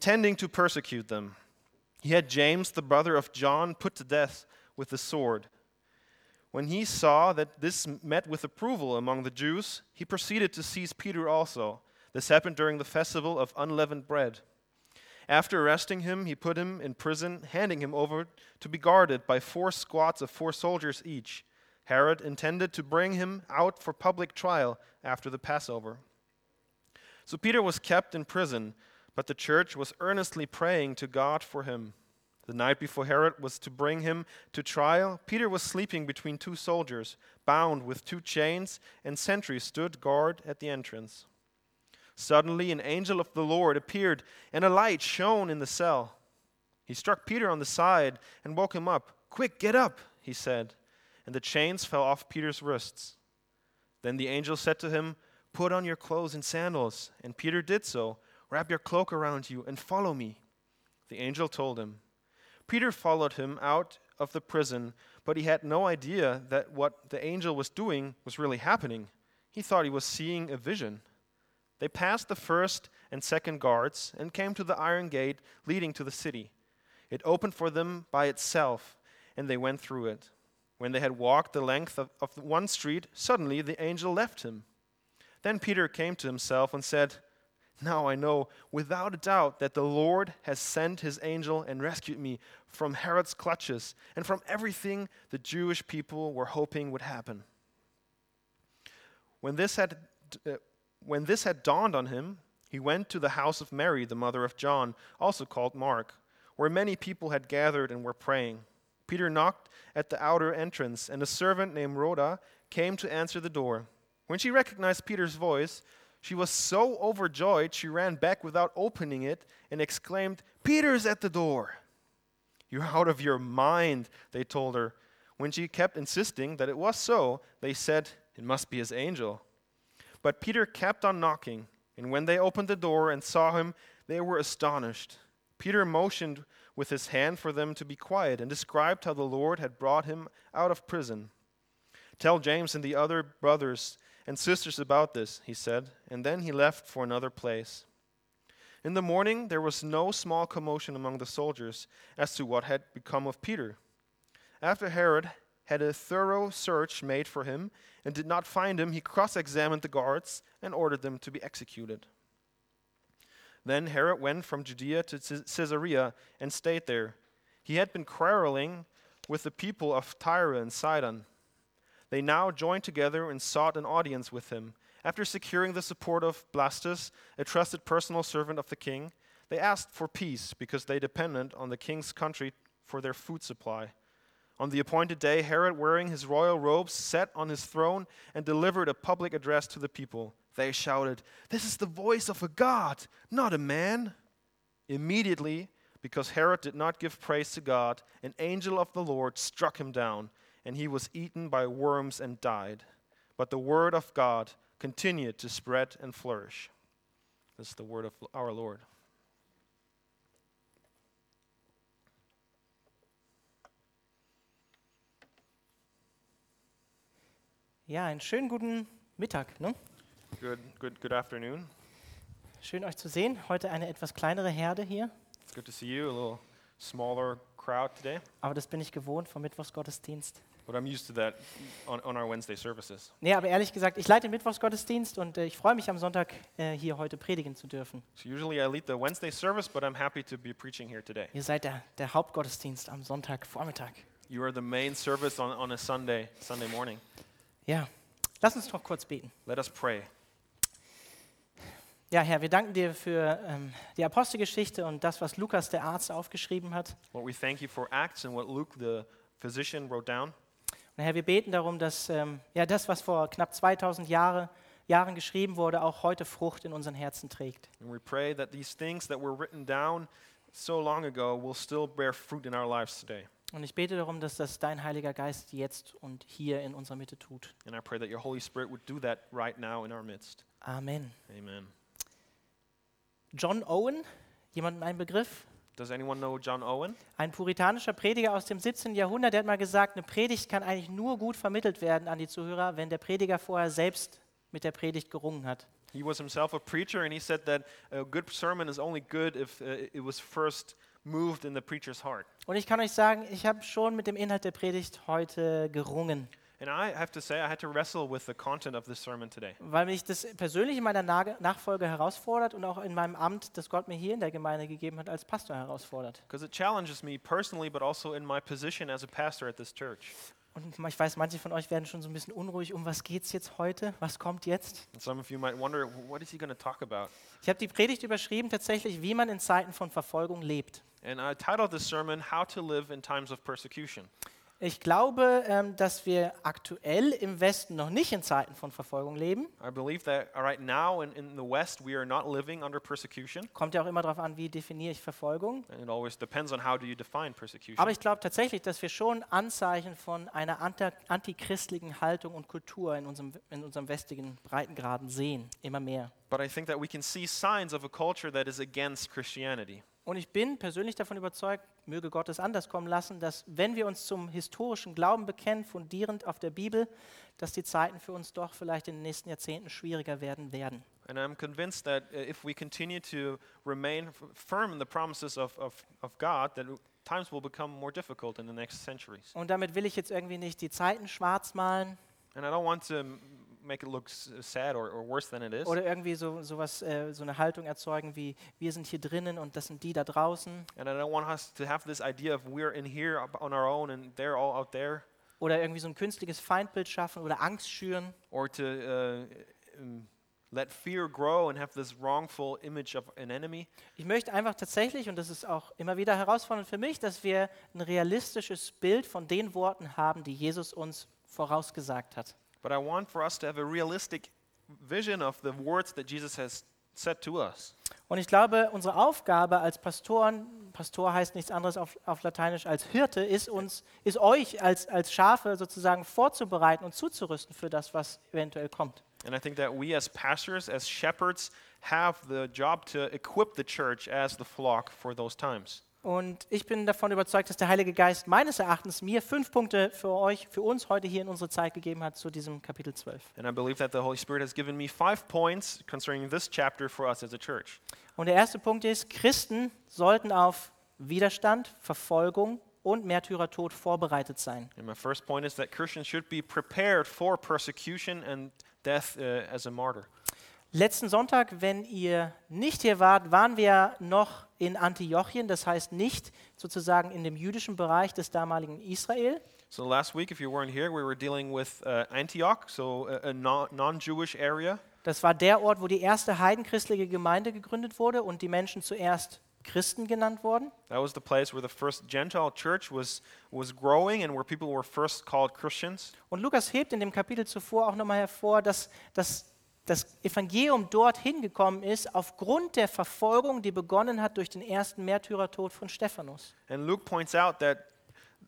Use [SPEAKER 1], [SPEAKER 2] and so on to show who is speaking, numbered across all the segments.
[SPEAKER 1] intending to persecute them. He had James, the brother of John, put to death with the sword. When he saw that this met with approval among the Jews, he proceeded to seize Peter also. This happened during the festival of unleavened bread. After arresting him, he put him in prison, handing him over to be guarded by four squads of four soldiers each. Herod intended to bring him out for public trial after the Passover. So Peter was kept in prison, but the church was earnestly praying to God for him. The night before Herod was to bring him to trial, Peter was sleeping between two soldiers, bound with two chains, and sentries stood guard at the entrance. Suddenly, an angel of the Lord appeared, and a light shone in the cell. He struck Peter on the side and woke him up. Quick, get up, he said, and the chains fell off Peter's wrists. Then the angel said to him, Put on your clothes and sandals. And Peter did so. Wrap your cloak around you and follow me. The angel told him. Peter followed him out of the prison, but he had no idea that what the angel was doing was really happening. He thought he was seeing a vision. They passed the first and second guards and came to the iron gate leading to the city. It opened for them by itself, and they went through it. When they had walked the length of, of one street, suddenly the angel left him. Then Peter came to himself and said, Now I know without a doubt that the Lord has sent his angel and rescued me from Herod's clutches and from everything the Jewish people were hoping would happen. When this had. Uh, when this had dawned on him, he went to the house of Mary, the mother of John, also called Mark, where many people had gathered and were praying. Peter knocked at the outer entrance, and a servant named Rhoda came to answer the door. When she recognized Peter's voice, she was so overjoyed she ran back without opening it and exclaimed, Peter's at the door! You're out of your mind, they told her. When she kept insisting that it was so, they said, It must be his angel. But Peter kept on knocking, and when they opened the door and saw him, they were astonished. Peter motioned with his hand for them to be quiet and described how the Lord had brought him out of prison. Tell James and the other brothers and sisters about this, he said, and then he left for another place. In the morning, there was no small commotion among the soldiers as to what had become of Peter. After Herod had a thorough search made for him and did not find him, he cross examined the guards and ordered them to be executed. Then Herod went from Judea to Caesarea and stayed there. He had been quarreling with the people of Tyre and Sidon. They now joined together and sought an audience with him. After securing the support of Blastus, a trusted personal servant of the king, they asked for peace because they depended on the king's country for their food supply. On the appointed day, Herod, wearing his royal robes, sat on his throne and delivered a public address to the people. They shouted, This is the voice of a God, not a man. Immediately, because Herod did not give praise to God, an angel of the Lord struck him down, and he was eaten by worms and died. But the word of God continued to spread and flourish. This is the word of our Lord.
[SPEAKER 2] Ja, einen schönen guten Mittag. Ne?
[SPEAKER 1] Good, good, good afternoon.
[SPEAKER 2] Schön euch zu sehen. Heute eine etwas kleinere Herde hier,
[SPEAKER 1] It's good to see you. A little smaller crowd today,
[SPEAKER 2] aber das bin ich gewohnt vom Mittwochsgottesdienst.
[SPEAKER 1] but I'm used to that on, on our Wednesday services.
[SPEAKER 2] Nee, aber ehrlich gesagt, ich leite den Mittwochsgottesdienst und äh, ich freue mich am Sonntag äh, hier heute predigen zu dürfen.
[SPEAKER 1] So usually I lead the Wednesday service, but I'm happy to be preaching here today.
[SPEAKER 2] Ihr seid der, der Hauptgottesdienst am Sonntagvormittag.
[SPEAKER 1] You are the main service on, on a Sunday, Sunday morning.
[SPEAKER 2] Ja, lass uns noch kurz beten.
[SPEAKER 1] Let us pray.
[SPEAKER 2] Ja, Herr, wir danken dir für ähm, die Apostelgeschichte und das, was Lukas, der Arzt, aufgeschrieben hat.
[SPEAKER 1] Lord, we thank you for Acts and what Luke, the physician, wrote down.
[SPEAKER 2] Und Herr, wir beten darum, dass ähm, ja, das, was vor knapp 2000 Jahre, Jahren geschrieben wurde, auch heute Frucht in unseren Herzen trägt.
[SPEAKER 1] And we pray that these things that were written down so long ago will still bear fruit in our lives today.
[SPEAKER 2] Und ich bete darum, dass das dein Heiliger Geist jetzt und hier in unserer Mitte tut.
[SPEAKER 1] And I pray that your Holy Spirit would do that right now in our midst.
[SPEAKER 2] Amen.
[SPEAKER 1] Amen.
[SPEAKER 2] John Owen, jemandem ein Begriff?
[SPEAKER 1] Does anyone know John Owen?
[SPEAKER 2] Ein puritanischer Prediger aus dem 17. Jahrhundert, der hat mal gesagt, eine Predigt kann eigentlich nur gut vermittelt werden an die Zuhörer, wenn der Prediger vorher selbst mit der Predigt gerungen hat.
[SPEAKER 1] He was himself a preacher, and he said that a good sermon is only good if uh, it was first moved in the preacher's heart.
[SPEAKER 2] Und ich kann euch sagen, ich habe schon mit dem Inhalt der Predigt heute gerungen,
[SPEAKER 1] And I have to say, I had to wrestle with the content of this sermon today.
[SPEAKER 2] weil mich das persönlich in meiner Nage- Nachfolge herausfordert und auch in meinem Amt, das Gott mir hier in der Gemeinde gegeben hat, als Pastor herausfordert.
[SPEAKER 1] Because it challenges me personally, but also in my position as a pastor at this church.
[SPEAKER 2] Und ich weiß, manche von euch werden schon so ein bisschen unruhig, um was geht's jetzt heute? Was kommt jetzt?
[SPEAKER 1] And some of you might wonder, "Wh- what is he going to talk about?
[SPEAKER 2] Ich habe die Predigt überschrieben tatsächlich, wie man in Zeiten von Verfolgung lebt.
[SPEAKER 1] And I titled this sermon, How to Live in Times of Persecution.
[SPEAKER 2] Ich glaube, ähm, dass wir aktuell im Westen noch nicht in Zeiten von Verfolgung leben.
[SPEAKER 1] I believe that uh, right now in, in the West, we are not living under persecution.
[SPEAKER 2] Kommt ja auch immer darauf an, wie definiere ich Verfolgung.
[SPEAKER 1] And it always depends on how do you define persecution.
[SPEAKER 2] Aber ich glaube tatsächlich, dass wir schon Anzeichen von einer anta- antichristlichen Haltung und Kultur in unserem, in unserem westigen Breitengraden sehen, immer mehr.
[SPEAKER 1] But I think that we can see signs of a culture that is against Christianity.
[SPEAKER 2] Und ich bin persönlich davon überzeugt, möge Gott es anders kommen lassen, dass wenn wir uns zum historischen Glauben bekennen, fundierend auf der Bibel, dass die Zeiten für uns doch vielleicht in den nächsten Jahrzehnten schwieriger werden werden.
[SPEAKER 1] And I'm convinced that uh, if we continue to remain f- firm in the promises of, of, of God, that times will become more difficult in the next centuries.
[SPEAKER 2] Und damit will ich jetzt irgendwie nicht die Zeiten schwarz malen
[SPEAKER 1] And I don't want to m- make it look s- sad or, or worse than it is.
[SPEAKER 2] oder irgendwie so, sowas, äh, so eine Haltung erzeugen wie wir sind hier drinnen und das sind die da draußen.
[SPEAKER 1] And I don't want us to have this idea of we're in here up on our own and they're all out there,
[SPEAKER 2] oder irgendwie so ein künstliches Feindbild schaffen oder Angst schüren.
[SPEAKER 1] or to uh, um, let fear grow and have this wrongful image of an enemy.
[SPEAKER 2] Ich möchte einfach tatsächlich, und das ist auch immer wieder herausfordernd für mich, dass wir ein realistisches Bild von den Worten haben, die Jesus uns vorausgesagt hat.
[SPEAKER 1] But I want for us to have a realistic vision of the words that Jesus has said to us.
[SPEAKER 2] Und ich glaube, unsere Aufgabe als Pastoren, Pastor heißt nichts anderes auf, auf Lateinisch als Hirte, ist uns, ist euch als, als Schafe sozusagen vorzubereiten und zuzurüsten für das, was eventuell kommt.
[SPEAKER 1] And I think that we as pastors, as shepherds, have the job to equip the church as the flock for those times.
[SPEAKER 2] Und ich bin davon überzeugt, dass der Heilige Geist meines Erachtens mir fünf Punkte für euch, für uns heute hier in unsere Zeit gegeben hat zu diesem Kapitel 12.
[SPEAKER 1] And I believe that the Holy Spirit has given me five points concerning this chapter for us as a church.
[SPEAKER 2] Und der erste Punkt ist, Christen sollten auf Widerstand, Verfolgung und Märtyrertod vorbereitet sein.
[SPEAKER 1] And my first point is that Christians should be prepared for persecution and death uh, as a martyr.
[SPEAKER 2] Letzten Sonntag, wenn ihr nicht hier wart, waren wir noch in Antiochien, das heißt nicht sozusagen in dem jüdischen Bereich des damaligen Israel.
[SPEAKER 1] So last week, if you weren't here, we were dealing with uh, Antioch, so a, a non Jewish area.
[SPEAKER 2] Das war der Ort, wo die erste heidenchristliche Gemeinde gegründet wurde und die Menschen zuerst Christen genannt wurden.
[SPEAKER 1] That was the place where the first Gentile church was, was growing and where people were first called Christians.
[SPEAKER 2] Und Lukas hebt in dem Kapitel zuvor auch nochmal hervor, dass, dass das Evangelium dorthin gekommen ist, aufgrund der Verfolgung, die begonnen hat durch den ersten Märtyrertod von Stephanus.
[SPEAKER 1] And Luke points out that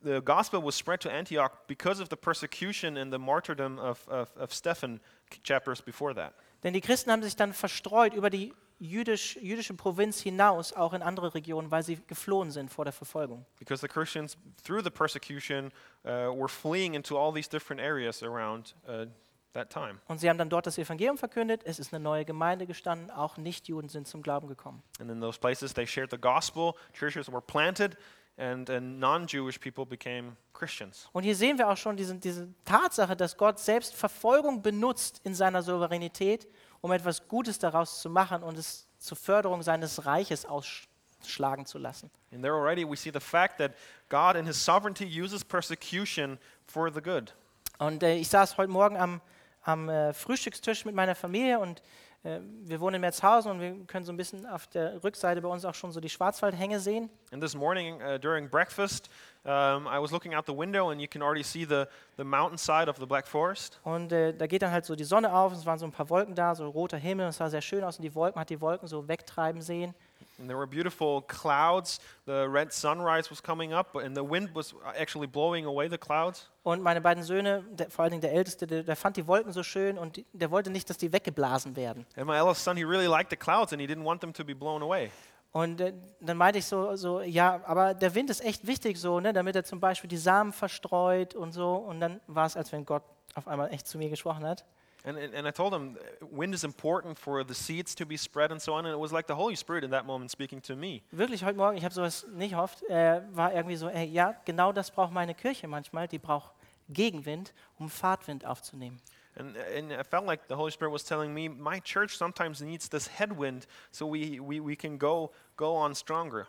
[SPEAKER 1] the gospel was spread to Antioch because of the persecution and the martyrdom of, of, of Stephen c- chapters before that.
[SPEAKER 2] Denn die Christen haben sich dann verstreut über die jüdisch, jüdische Provinz hinaus, auch in andere Regionen, weil sie geflohen sind vor der Verfolgung.
[SPEAKER 1] Because the Christians, through the persecution, uh, were fleeing into all these different areas around uh, that time.
[SPEAKER 2] Und sie haben dann dort das Evangelium verkündet, es ist eine neue Gemeinde gestanden, auch Nichtjuden sind zum Glauben gekommen.
[SPEAKER 1] And in those places, they shared the gospel, churches were planted, and, and non Jewish people became Christians.
[SPEAKER 2] Und hier sehen wir auch schon diese, diese Tatsache, dass Gott selbst Verfolgung benutzt in seiner Souveränität, um etwas Gutes daraus zu machen und es zur Förderung seines Reiches ausschlagen zu lassen.
[SPEAKER 1] And there already we see the fact that God in his sovereignty uses persecution for the good.
[SPEAKER 2] Und äh, ich saß heute Morgen am, am äh, Frühstückstisch mit meiner Familie und äh, wir wohnen in Merzhausen und wir können so ein bisschen auf der Rückseite bei uns auch schon so die Schwarzwaldhänge sehen.
[SPEAKER 1] And this morning uh, during breakfast, um, I was looking out the window and you can already see the, the mountainside of the Black Forest.
[SPEAKER 2] Und äh, da geht dann halt so die Sonne auf und es waren so ein paar Wolken da, so roter Himmel und es sah sehr schön aus und die Wolken, man hat die Wolken so wegtreiben sehen.
[SPEAKER 1] And there were beautiful clouds. The red sunrise was coming up and the wind was actually blowing away the clouds.
[SPEAKER 2] Und meine beiden Söhne, der, vor allen Dingen der Älteste, der, der fand die Wolken so schön und die, der wollte nicht, dass die weggeblasen werden.
[SPEAKER 1] And my eldest son, he really liked the clouds and he didn't want them to be blown away.
[SPEAKER 2] Und äh, dann meinte ich so, so, ja, aber der Wind ist echt wichtig so, ne, damit er zum Beispiel die Samen verstreut und so. Und dann war es, als wenn Gott auf einmal echt zu mir gesprochen hat.
[SPEAKER 1] And, and, and I told him uh, wind is important for the seeds to be spread and so on. And it was like the Holy Spirit in that moment speaking to me.
[SPEAKER 2] Wirklich, heute Morgen, ich habe sowas nicht hofft, äh, war irgendwie so, ey, ja, genau das braucht meine Kirche manchmal. Die braucht Gegenwind, um Fahrtwind aufzunehmen.
[SPEAKER 1] And, and I felt like the Holy Spirit was telling me, my church sometimes needs this headwind so we, we, we can go, go on stronger.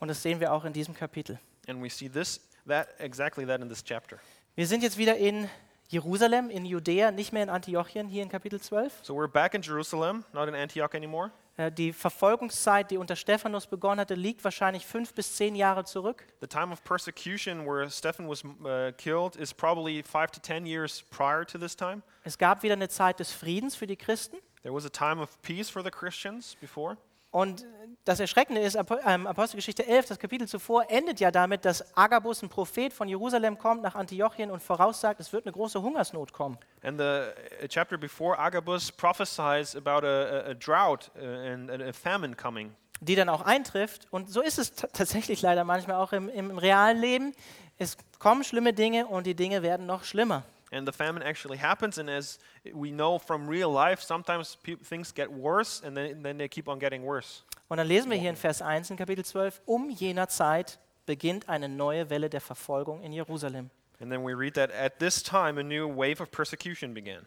[SPEAKER 2] Und das sehen wir auch in diesem Kapitel.
[SPEAKER 1] And we see this, that, exactly that in this chapter.
[SPEAKER 2] Wir sind jetzt wieder in Jerusalem, in Judäa, nicht mehr in Antiochien, hier in Kapitel 12.
[SPEAKER 1] So we're back in Jerusalem, not in Antioch anymore.
[SPEAKER 2] Äh, Die Verfolgungszeit, die unter Stephanus begonnen hatte, liegt wahrscheinlich fünf bis zehn Jahre zurück.
[SPEAKER 1] The time of persecution where Stephen was uh, killed is probably five to ten years prior to this time.
[SPEAKER 2] Es gab wieder eine Zeit des Friedens für die Christen.
[SPEAKER 1] There was a time of peace for the Christians before.
[SPEAKER 2] Und das Erschreckende ist, Apo- ähm, Apostelgeschichte 11, das Kapitel zuvor, endet ja damit, dass Agabus, ein Prophet von Jerusalem, kommt nach Antiochien und voraussagt, es wird eine große Hungersnot kommen.
[SPEAKER 1] And the uh, chapter before, Agabus prophesies about a, a, a drought uh, and and a famine coming.
[SPEAKER 2] die dann auch eintrifft. Und so ist es t- tatsächlich leider manchmal auch im, im, im realen Leben. Es kommen schlimme Dinge und die Dinge werden noch schlimmer.
[SPEAKER 1] And the famine actually happens. And as we know from real life, sometimes peop things get worse and then, then they keep on getting worse.
[SPEAKER 2] Und dann lesen wir hier in Vers 1 in Kapitel 12, um jener Zeit beginnt eine neue Welle der Verfolgung in Jerusalem.
[SPEAKER 1] And then we read that at this time, a new wave of persecution began.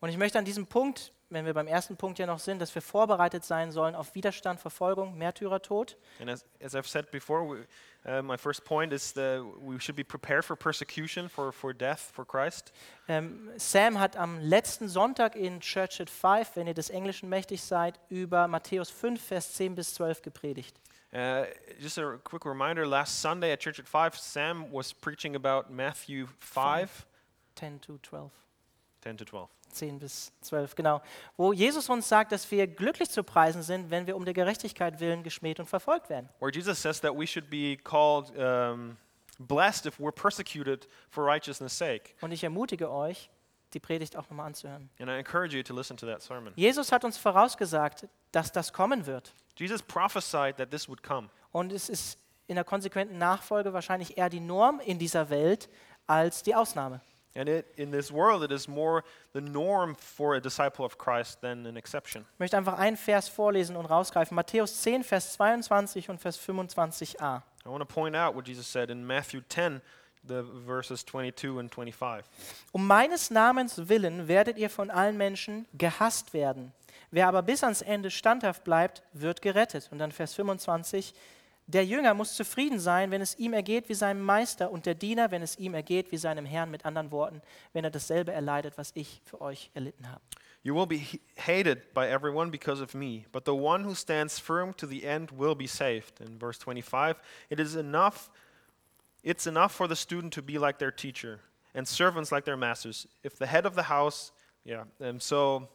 [SPEAKER 2] Und ich möchte an diesem Punkt, wenn wir beim ersten Punkt ja noch sind, dass wir vorbereitet sein sollen auf Widerstand, Verfolgung, Märtyrertod.
[SPEAKER 1] And as, as I've said before, we, uh, my first point is that we should be prepared for persecution, for, for death for Christ.
[SPEAKER 2] Ähm, Sam hat am letzten Sonntag in Church at Five, wenn ihr des Englischen mächtig seid, über Matthäus 5, Vers 10 bis 12 gepredigt.
[SPEAKER 1] Uh, just a quick reminder last Sunday at Church at 5, Sam was preaching about Matthew 5
[SPEAKER 2] 10 to 12.
[SPEAKER 1] 10 to 12.
[SPEAKER 2] 10 bis 12, genau, wo Jesus uns sagt, dass wir glücklich zu preisen sind, wenn wir um der Gerechtigkeit willen geschmäht und verfolgt werden.
[SPEAKER 1] where Jesus says that we should be called um, blessed if we're persecuted for righteousness' sake.
[SPEAKER 2] Und ich ermutige euch, die Predigt auch nochmal anzuhören.
[SPEAKER 1] And I encourage you to listen to that sermon.
[SPEAKER 2] Jesus hat uns vorausgesagt, dass das kommen wird.
[SPEAKER 1] Jesus prophesied that this would come.
[SPEAKER 2] Und es ist in der konsequenten Nachfolge wahrscheinlich eher die Norm in dieser Welt als die Ausnahme.
[SPEAKER 1] And it, in this world, it is more the norm for a disciple of Christ than an exception.
[SPEAKER 2] Ich möchte einfach einen Vers vorlesen und rausgreifen. Matthäus 10, Vers 22 und Vers 25a.
[SPEAKER 1] I want to point out what Jesus said in Matthew 10, the verses 22 and 25.
[SPEAKER 2] Um meines Namens willen werdet ihr von allen Menschen gehasst werden. Wer aber bis ans Ende standhaft bleibt, wird gerettet. Und dann Vers 25. Der Jünger muss zufrieden sein, wenn es ihm ergeht wie seinem Meister und der Diener, wenn es ihm ergeht wie seinem Herrn. Mit anderen Worten, wenn er dasselbe erleidet, was ich für euch erlitten habe.
[SPEAKER 1] You will be he- hated by everyone because of me, but the one who stands firm to the end will be saved. In verse 25, it is enough it's enough for the student to be like their teacher and servants like their masters. If the head of the house, yeah, and so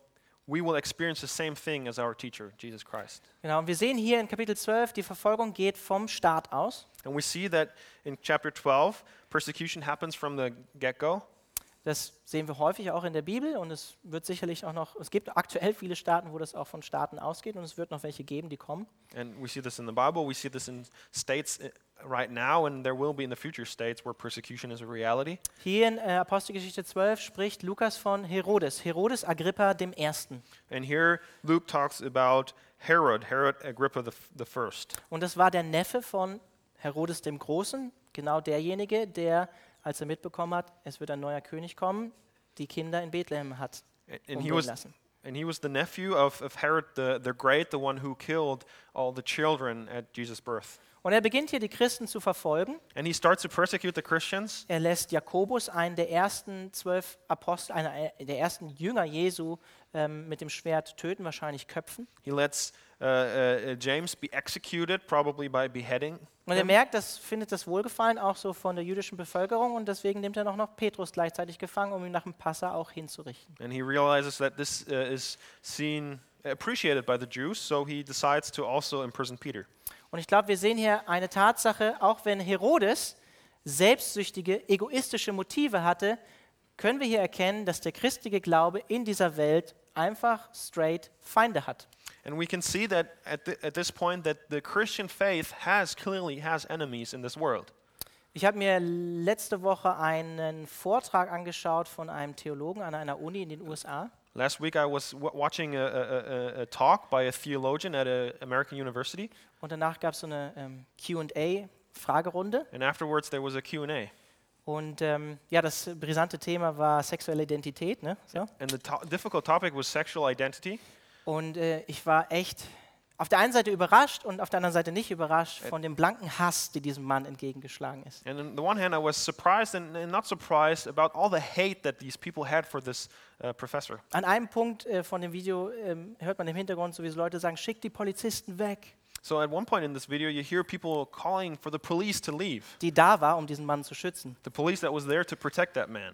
[SPEAKER 1] we will experience the same thing as our teacher, Jesus Christ.
[SPEAKER 2] Genau, und wir sehen hier in Kapitel 12, die Verfolgung geht vom Staat aus.
[SPEAKER 1] And we see that in chapter 12, persecution happens from the get-go.
[SPEAKER 2] Das sehen wir häufig auch in der Bibel und es wird sicherlich auch noch, es gibt aktuell viele Staaten, wo das auch von Staaten ausgeht und es wird noch welche geben, die kommen.
[SPEAKER 1] And we see this in the Bible, we see this in states eh, right now and there will be in the future states where persecution is a reality.
[SPEAKER 2] Hier in äh, Apostelgeschichte 12 spricht Lukas von Herodes, Herodes Agrippa dem Ersten.
[SPEAKER 1] And here Luke talks about Herod, Herod Agrippa the, f- the first.
[SPEAKER 2] Und das war der Neffe von Herodes dem Großen, genau derjenige, der, als er mitbekommen hat, es wird ein neuer König kommen, die Kinder in Bethlehem hat
[SPEAKER 1] A- And he
[SPEAKER 2] umbringen
[SPEAKER 1] was
[SPEAKER 2] lassen.
[SPEAKER 1] and he was the nephew of, of Herod the, the Great, the one who killed all the children at Jesus' birth.
[SPEAKER 2] Und er beginnt hier die Christen zu verfolgen.
[SPEAKER 1] And he starts to persecute the Christians.
[SPEAKER 2] Er lässt Jakobus, einen der ersten zwölf Apostel, einer äh, der ersten Jünger Jesu, ähm, mit dem Schwert töten, wahrscheinlich köpfen.
[SPEAKER 1] He lets uh, uh, uh, James be executed, probably by beheading.
[SPEAKER 2] Und er merkt, das findet das Wohlgefallen auch so von der jüdischen Bevölkerung und deswegen nimmt er noch, noch Petrus gleichzeitig gefangen, um ihn nach dem Passa auch hinzurichten.
[SPEAKER 1] And he realizes that this uh, is seen appreciated by the Jews, so he decides to also imprison Peter.
[SPEAKER 2] Und ich glaube, wir sehen hier eine Tatsache, auch wenn Herodes selbstsüchtige, egoistische Motive hatte, können wir hier erkennen, dass der christliche Glaube in dieser Welt einfach straight Feinde hat.
[SPEAKER 1] And we can see that at, thi- at this point that the Christian faith has clearly has enemies in this world.
[SPEAKER 2] Ich habe mir letzte Woche einen Vortrag angeschaut von einem Theologen an einer Uni in den USA.
[SPEAKER 1] Last week I was w- watching a, a, a, a talk by a theologian at an American university,
[SPEAKER 2] Und danach gab es so eine ähm, QA-Fragerunde.
[SPEAKER 1] and afterwards there was a Q&A.
[SPEAKER 2] Und ähm, ja, das brisante Thema war sexuelle Identität. Ne? So.
[SPEAKER 1] And the to- difficult topic was sexual identity.
[SPEAKER 2] Und äh, ich war echt auf der einen Seite überrascht und auf der anderen Seite nicht überrascht von dem blanken Hass, der diesem Mann entgegengeschlagen ist.
[SPEAKER 1] And on the one hand, I was surprised and, and not surprised about all the hate that these people had for this uh, professor.
[SPEAKER 2] An einem Punkt äh, von dem Video ähm, hört man im Hintergrund sowieso Leute sagen, schickt die Polizisten weg,
[SPEAKER 1] So at one point in this video, you hear people calling for the police to leave,
[SPEAKER 2] die da war, um diesen Mann zu schützen.
[SPEAKER 1] the police that was there to protect that man.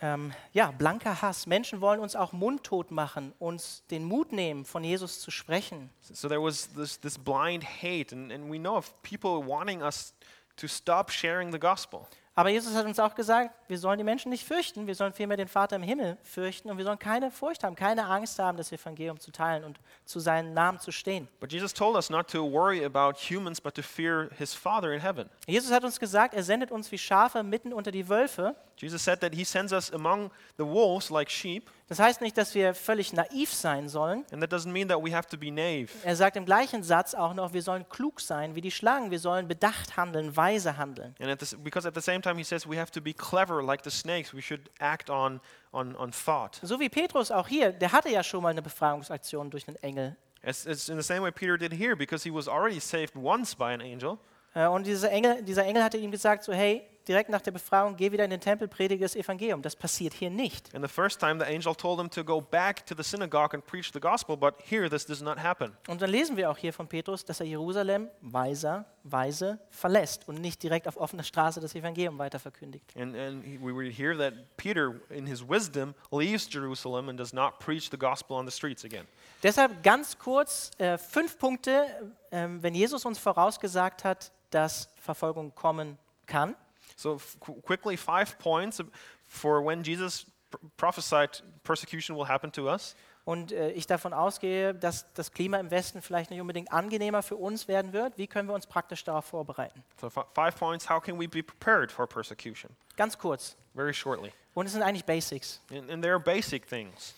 [SPEAKER 2] Ähm, ja, blanker Hass. Menschen wollen uns auch mundtot machen, uns den Mut nehmen, von Jesus zu sprechen.
[SPEAKER 1] So there was this, this blind hate, and, and we know of people wanting us to stop sharing the gospel.
[SPEAKER 2] Aber Jesus hat uns auch gesagt, wir sollen die Menschen nicht fürchten, wir sollen vielmehr den Vater im Himmel fürchten und wir sollen keine Furcht haben, keine Angst haben, das Evangelium zu teilen und zu seinem Namen zu stehen.
[SPEAKER 1] But Jesus told us not to worry about humans, but to fear his Father in heaven.
[SPEAKER 2] Jesus hat uns gesagt, er sendet uns wie Schafe mitten unter die Wölfe.
[SPEAKER 1] Jesus said that he sends us among the wolves like sheep,
[SPEAKER 2] Das heißt nicht, dass wir völlig naiv sein sollen.
[SPEAKER 1] and that doesn't mean that we have to be naive.
[SPEAKER 2] Er sagt im gleichen Satz auch noch, wir sollen klug sein wie die Schlangen, wir sollen bedacht handeln, weise handeln.
[SPEAKER 1] And at this, because at the same time, he says we have to be clever like the snakes. We should act on, on, on thought.
[SPEAKER 2] So wie Petrus auch hier, der hatte ja schon mal eine Befreiungsaktion durch einen Engel.
[SPEAKER 1] It's, it's in the same way Peter did here, because he was already saved once by an angel.
[SPEAKER 2] Äh, Und dieser Engel, dieser Engel hatte ihm gesagt, so hey, direkt nach der Befreiung, geh wieder in den Tempel, predige das Evangelium. Das passiert hier nicht.
[SPEAKER 1] And the first time, the angel told him to go back to the synagogue and preach the gospel, but here this does not happen.
[SPEAKER 2] Und dann lesen wir auch hier von Petrus, dass er Jerusalem weiser, weise verlässt und nicht direkt auf offener Straße das Evangelium weiterverkündigt.
[SPEAKER 1] And, and he- we read here that Peter, in his wisdom, leaves Jerusalem and does not preach the gospel on the streets again.
[SPEAKER 2] Deshalb ganz kurz äh, fünf Punkte, ähm, wenn Jesus uns vorausgesagt hat, dass Verfolgung kommen kann.
[SPEAKER 1] So, f- qu- quickly, five points ab- for when Jesus pr- prophesied persecution will happen to us.
[SPEAKER 2] Und äh, ich davon ausgehe, dass das Klima im Westen vielleicht nicht unbedingt angenehmer für uns werden wird. Wie können wir uns praktisch darauf vorbereiten?
[SPEAKER 1] So, fi- five points how can we be prepared for persecution?
[SPEAKER 2] Ganz kurz.
[SPEAKER 1] Very shortly.
[SPEAKER 2] Und es sind eigentlich Basics.
[SPEAKER 1] And, and there are basic things.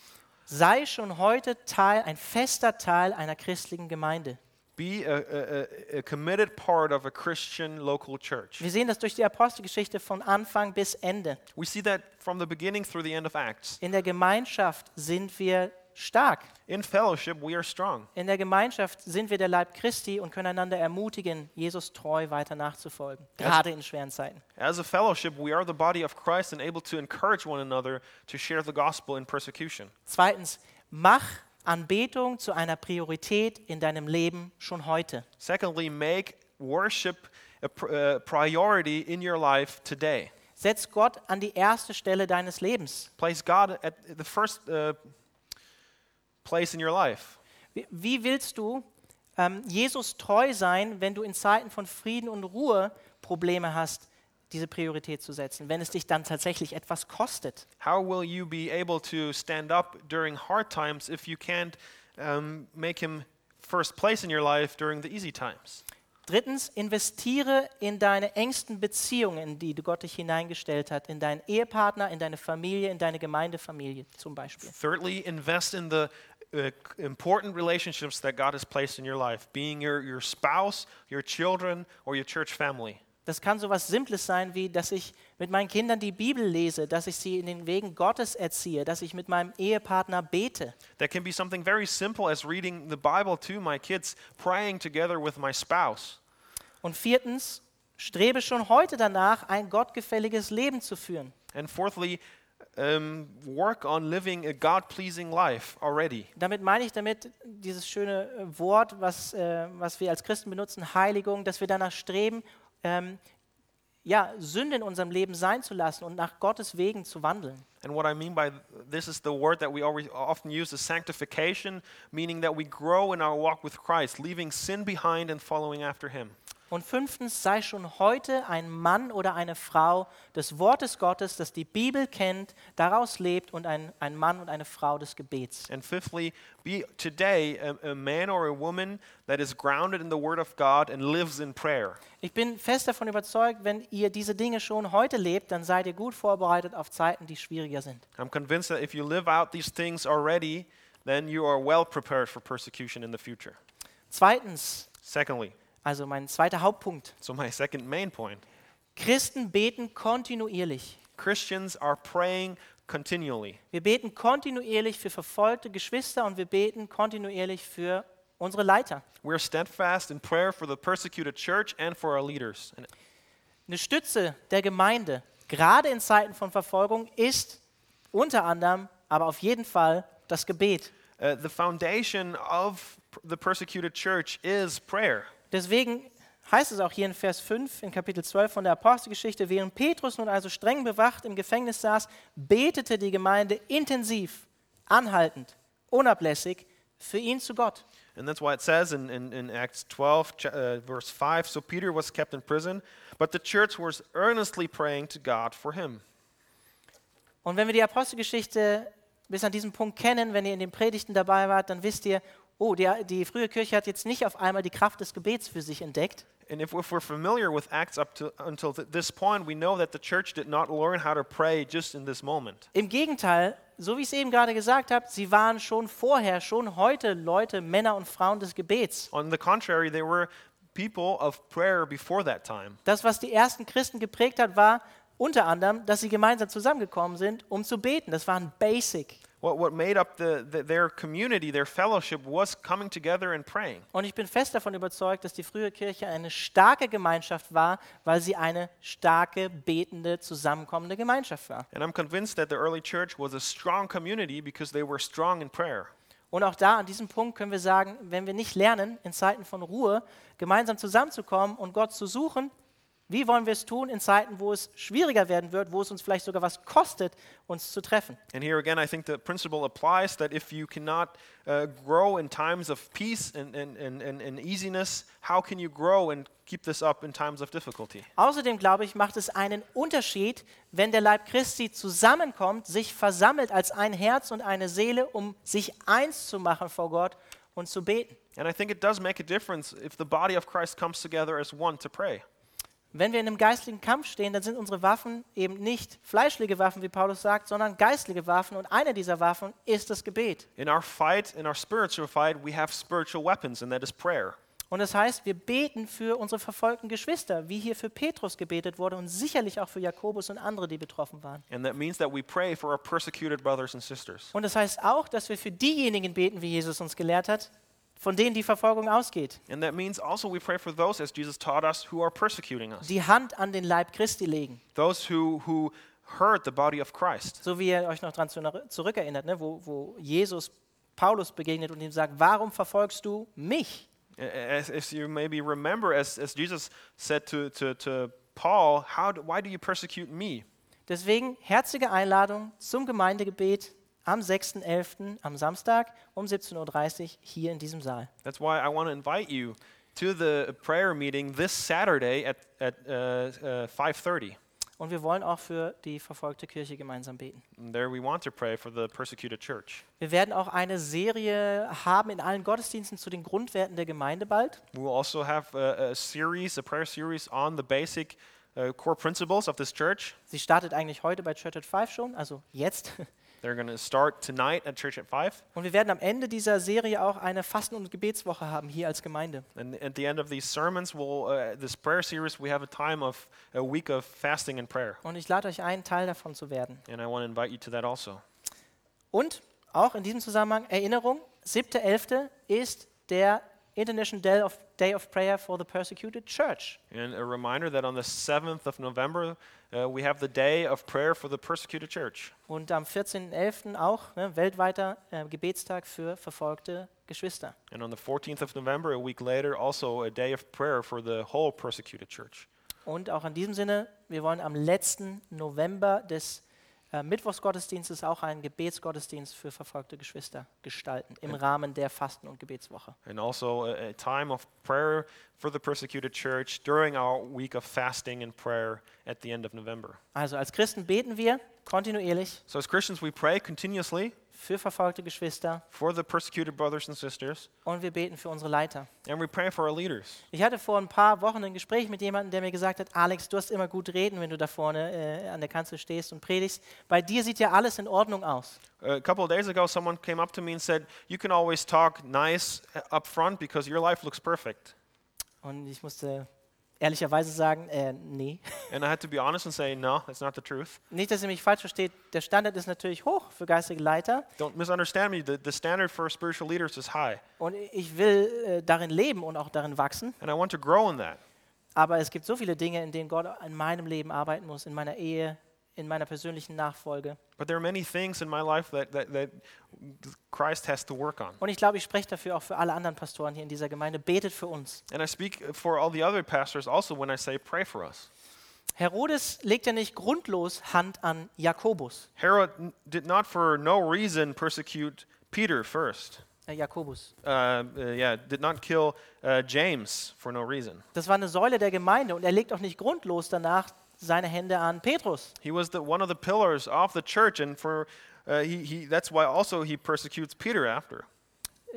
[SPEAKER 2] Sei schon heute Teil, ein fester Teil einer christlichen Gemeinde.
[SPEAKER 1] Be a- a, a, a committed part of a Christian local church.
[SPEAKER 2] Wir sehen das durch die Apostelgeschichte von Anfang bis Ende.
[SPEAKER 1] We see that from the beginning through the end of Acts.
[SPEAKER 2] In der Gemeinschaft sind wir stark.
[SPEAKER 1] In fellowship, we are strong.
[SPEAKER 2] In der Gemeinschaft sind wir der Leib Christi und können einander ermutigen, Jesus treu weiter nachzufolgen, gerade in schweren Zeiten.
[SPEAKER 1] As a fellowship, we are the body of Christ and able to encourage one another to share the gospel in persecution.
[SPEAKER 2] Zweitens, mach Anbetung zu einer Priorität in deinem Leben schon heute.
[SPEAKER 1] Secondly, make worship a pr- uh, priority in your life today.
[SPEAKER 2] Setz Gott an die erste Stelle deines Lebens.
[SPEAKER 1] Place God at the first uh, place in your life.
[SPEAKER 2] Wie, wie willst du ähm, Jesus treu sein, wenn du in Zeiten von Frieden und Ruhe Probleme hast, diese Priorität zu setzen, wenn es dich dann tatsächlich etwas kostet?
[SPEAKER 1] How will you be able to stand up during hard times if you can't um, make Him first place in your life during the easy times?
[SPEAKER 2] Drittens, investiere in deine engsten Beziehungen, in die Gott dich hineingestellt hat, in deinen Ehepartner, in deine Familie, in deine Gemeindefamilie zum Beispiel.
[SPEAKER 1] Thirdly, invest in the uh, c- important relationships that God has placed in your life, being your, your spouse, your children, or your church family.
[SPEAKER 2] Das kann so was Simples sein, wie dass ich mit meinen Kindern die Bibel lese, dass ich sie in den Wegen Gottes erziehe, dass ich mit meinem Ehepartner bete.
[SPEAKER 1] That can be something very simple as reading the Bible to my kids, praying together with my spouse.
[SPEAKER 2] Und viertens, strebe schon heute danach, ein gottgefälliges Leben zu führen.
[SPEAKER 1] And fourthly, um, work on living a God pleasing life already.
[SPEAKER 2] Damit meine ich damit dieses schöne äh, Wort, was, äh, was wir als Christen benutzen, Heiligung, dass wir danach streben, ähm, ja, Sünde in unserem Leben sein zu lassen und nach Gottes Wegen zu wandeln.
[SPEAKER 1] And what I mean by th- this is the word that we always often use is sanctification, meaning that we grow in our walk with Christ, leaving sin behind and following after Him.
[SPEAKER 2] Und fünftens, sei schon heute ein Mann oder eine Frau des Wortes Gottes, das die Bibel kennt, daraus lebt und ein, ein Mann und eine Frau des Gebets.
[SPEAKER 1] And fifthly, be today a, a man or a woman that is grounded in the Word of God and lives in prayer.
[SPEAKER 2] Ich bin fest davon überzeugt, wenn ihr diese Dinge schon heute lebt, dann seid ihr gut vorbereitet auf Zeiten, die schwieriger sind.
[SPEAKER 1] I'm convinced that if you live out these things already, then you are well prepared for persecution in the future.
[SPEAKER 2] Zweitens,
[SPEAKER 1] Secondly,
[SPEAKER 2] also mein zweiter Hauptpunkt,
[SPEAKER 1] so my second main point
[SPEAKER 2] Christen beten kontinuierlich.
[SPEAKER 1] Christians are praying continually.
[SPEAKER 2] Wir beten kontinuierlich für verfolgte Geschwister und wir beten kontinuierlich für unsere Leiter.
[SPEAKER 1] We're steadfast in prayer for the persecuted church and for our leaders. And
[SPEAKER 2] Eine Stütze der Gemeinde, gerade in Zeiten von Verfolgung, ist unter anderem, aber auf jeden Fall das Gebet.
[SPEAKER 1] uh, the foundation of p- the persecuted church is prayer.
[SPEAKER 2] Deswegen heißt es auch hier in Vers 5 in Kapitel 12 von der Apostelgeschichte, während Petrus nun also streng bewacht im Gefängnis saß, betete die Gemeinde intensiv, anhaltend, unablässig für ihn zu Gott.
[SPEAKER 1] And that's why it says in, in, in Acts 12, cha- uh, verse 5 So Peter was kept in prison, but the church was earnestly praying to God for him.
[SPEAKER 2] Und wenn wir die Apostelgeschichte bis an diesem Punkt kennen, wenn ihr in den Predigten dabei wart, dann wisst ihr, oh, die, die frühe Kirche hat jetzt nicht auf einmal die Kraft des Gebets für sich entdeckt,
[SPEAKER 1] And if, if we're familiar with Acts up to until th- this point, we know that the church did not learn how to pray just in this moment.
[SPEAKER 2] Im Gegenteil, so wie ich es eben gerade gesagt habe, sie waren schon vorher, schon heute Leute, Männer und Frauen des Gebets.
[SPEAKER 1] On the contrary, they were people of prayer before that time.
[SPEAKER 2] Das, was die ersten Christen geprägt hat, war unter anderem, dass sie gemeinsam zusammengekommen sind, um zu beten. Das war ein Basic.
[SPEAKER 1] What, what made up the, the, their community, their fellowship, was coming together and praying.
[SPEAKER 2] Und ich bin fest davon überzeugt, dass die frühe Kirche eine starke Gemeinschaft war, weil sie eine starke, betende, zusammenkommende Gemeinschaft war.
[SPEAKER 1] And I'm convinced that the early church was a strong community because they were strong in prayer.
[SPEAKER 2] Und auch da, an diesem Punkt können wir sagen, wenn wir nicht lernen, in Zeiten von Ruhe gemeinsam zusammenzukommen und Gott zu suchen, wie wollen wir es tun in Zeiten, wo es schwieriger werden wird, wo es uns vielleicht sogar was kostet, uns zu treffen?
[SPEAKER 1] And here again, I think the principle applies that if you cannot uh, grow in times of peace and, and, and, and, and easiness, how can you grow and keep this up in times of difficulty?
[SPEAKER 2] Außerdem, glaube ich, macht es einen Unterschied, wenn der Leib Christi zusammenkommt, sich versammelt als ein Herz und eine Seele, um sich eins zu machen vor Gott und zu beten.
[SPEAKER 1] And I think it does make a difference if the body of Christ comes together as one to pray.
[SPEAKER 2] Wenn wir in einem geistlichen Kampf stehen, dann sind unsere Waffen eben nicht fleischliche Waffen, wie Paulus sagt, sondern geistliche Waffen. Und eine dieser Waffen ist das Gebet.
[SPEAKER 1] In our fight, in our spiritual fight, we have spiritual weapons, and that is prayer.
[SPEAKER 2] Und das heißt, wir beten für unsere verfolgten Geschwister, wie hier für Petrus gebetet wurde und sicherlich auch für Jakobus und andere, die betroffen waren.
[SPEAKER 1] And that means that we pray for our persecuted brothers and sisters.
[SPEAKER 2] Und das heißt auch, dass wir für diejenigen beten, wie Jesus uns gelehrt hat, von denen die Verfolgung ausgeht,
[SPEAKER 1] And that means also we pray for those, as Jesus taught us, who are persecuting us,
[SPEAKER 2] die Hand an den Leib Christi legen,
[SPEAKER 1] those who, who hurt the body of Christ.
[SPEAKER 2] so wie ihr euch noch dran zu- zurückerinnert, ne? wo, wo Jesus Paulus begegnet und ihm sagt, warum verfolgst du mich?
[SPEAKER 1] As, as you maybe remember, as, as Jesus said to, to, to Paul, How do, Why do you persecute me?
[SPEAKER 2] Deswegen herzliche Einladung zum Gemeindegebet am 6.11. am Samstag um 17.30 Uhr hier in diesem Saal.
[SPEAKER 1] That's why I want to invite you to the prayer meeting this Saturday at, at uh, uh, 5.30.
[SPEAKER 2] Und wir wollen auch für die verfolgte Kirche gemeinsam beten.
[SPEAKER 1] And There we want to pray for the persecuted church.
[SPEAKER 2] Wir werden auch eine Serie haben in allen Gottesdiensten zu den Grundwerten der Gemeinde bald.
[SPEAKER 1] We will also have a, a series, a prayer series on the basic uh, core principles of this church.
[SPEAKER 2] Sie startet eigentlich heute bei Church at Five schon, also jetzt.
[SPEAKER 1] They're going to start tonight at church at 5.
[SPEAKER 2] Und wir werden am Ende dieser Serie auch eine Fasten- und Gebetswoche haben hier als Gemeinde.
[SPEAKER 1] And at the end of these sermons, we'll, uh, this prayer series, we have a time of a week of fasting and prayer.
[SPEAKER 2] Und ich lade euch ein, Teil davon zu werden.
[SPEAKER 1] And I want to invite you to that also.
[SPEAKER 2] Und auch in diesem Zusammenhang Erinnerung, 7.11. ist der International Day of, Day of Prayer for the Persecuted Church.
[SPEAKER 1] And a reminder that on the 7th of November, uh, we have the day of prayer for the persecuted church.
[SPEAKER 2] Und am 14.11. auch ne, weltweiter äh, Gebetstag für verfolgte Geschwister.
[SPEAKER 1] And on the 14th of November, a week later, also a day of prayer for the whole persecuted church.
[SPEAKER 2] Und auch in diesem Sinne, wir wollen am letzten November des äh, Mittwochsgottesdienst ist auch ein Gebetsgottesdienst für verfolgte Geschwister gestalten im Rahmen der Fasten- und Gebetswoche.
[SPEAKER 1] and also a, a time of prayer for the persecuted church during our week of fasting and prayer at the end of November.
[SPEAKER 2] Also als Christen beten wir kontinuierlich
[SPEAKER 1] So, as Christians, we pray continuously
[SPEAKER 2] für verfolgte Geschwister
[SPEAKER 1] for the persecuted brothers and sisters,
[SPEAKER 2] und wir beten für unsere Leiter.
[SPEAKER 1] and we pray for our leaders.
[SPEAKER 2] Ich hatte vor ein paar Wochen ein Gespräch mit jemandem, der mir gesagt hat, Alex, du hast immer gut reden, wenn du da vorne äh, an der Kanzel stehst und predigst. Bei dir sieht ja alles in Ordnung aus.
[SPEAKER 1] A couple of days ago, someone came up to me and said, You can always talk nice up front because your life looks perfect.
[SPEAKER 2] Und ich musste ehrlicherweise sagen, äh, nee.
[SPEAKER 1] And I had to be honest and say, No, that's not the truth.
[SPEAKER 2] Nicht, dass ihr mich falsch versteht, der Standard ist natürlich hoch für geistige Leiter
[SPEAKER 1] Don't misunderstand me. The, the standard for spiritual leaders is high,
[SPEAKER 2] und ich will äh, darin leben und auch darin wachsen.
[SPEAKER 1] and I want to grow in that.
[SPEAKER 2] Aber es gibt so viele Dinge, in denen Gott in meinem Leben arbeiten muss, in meiner Ehe, in meiner persönlichen Nachfolge.
[SPEAKER 1] But there are many things in my life that, that, that Christ has to work on.
[SPEAKER 2] Und ich glaube, ich spreche dafür auch für alle anderen Pastoren hier in dieser Gemeinde. Betet für uns.
[SPEAKER 1] And I speak for all the other pastors also when I say, Pray for us.
[SPEAKER 2] Herodes legt ja nicht grundlos Hand an Jakobus.
[SPEAKER 1] Herod n- did not for no reason persecute Peter first.
[SPEAKER 2] Äh, Jakobus.
[SPEAKER 1] Uh, uh, yeah, did not kill uh, James for no reason.
[SPEAKER 2] Das war eine Säule der Gemeinde und er legt auch nicht grundlos danach seine Hände an Petrus.
[SPEAKER 1] He was the, one of the pillars of the church, and for uh, he, he, that's why also he persecutes Peter after.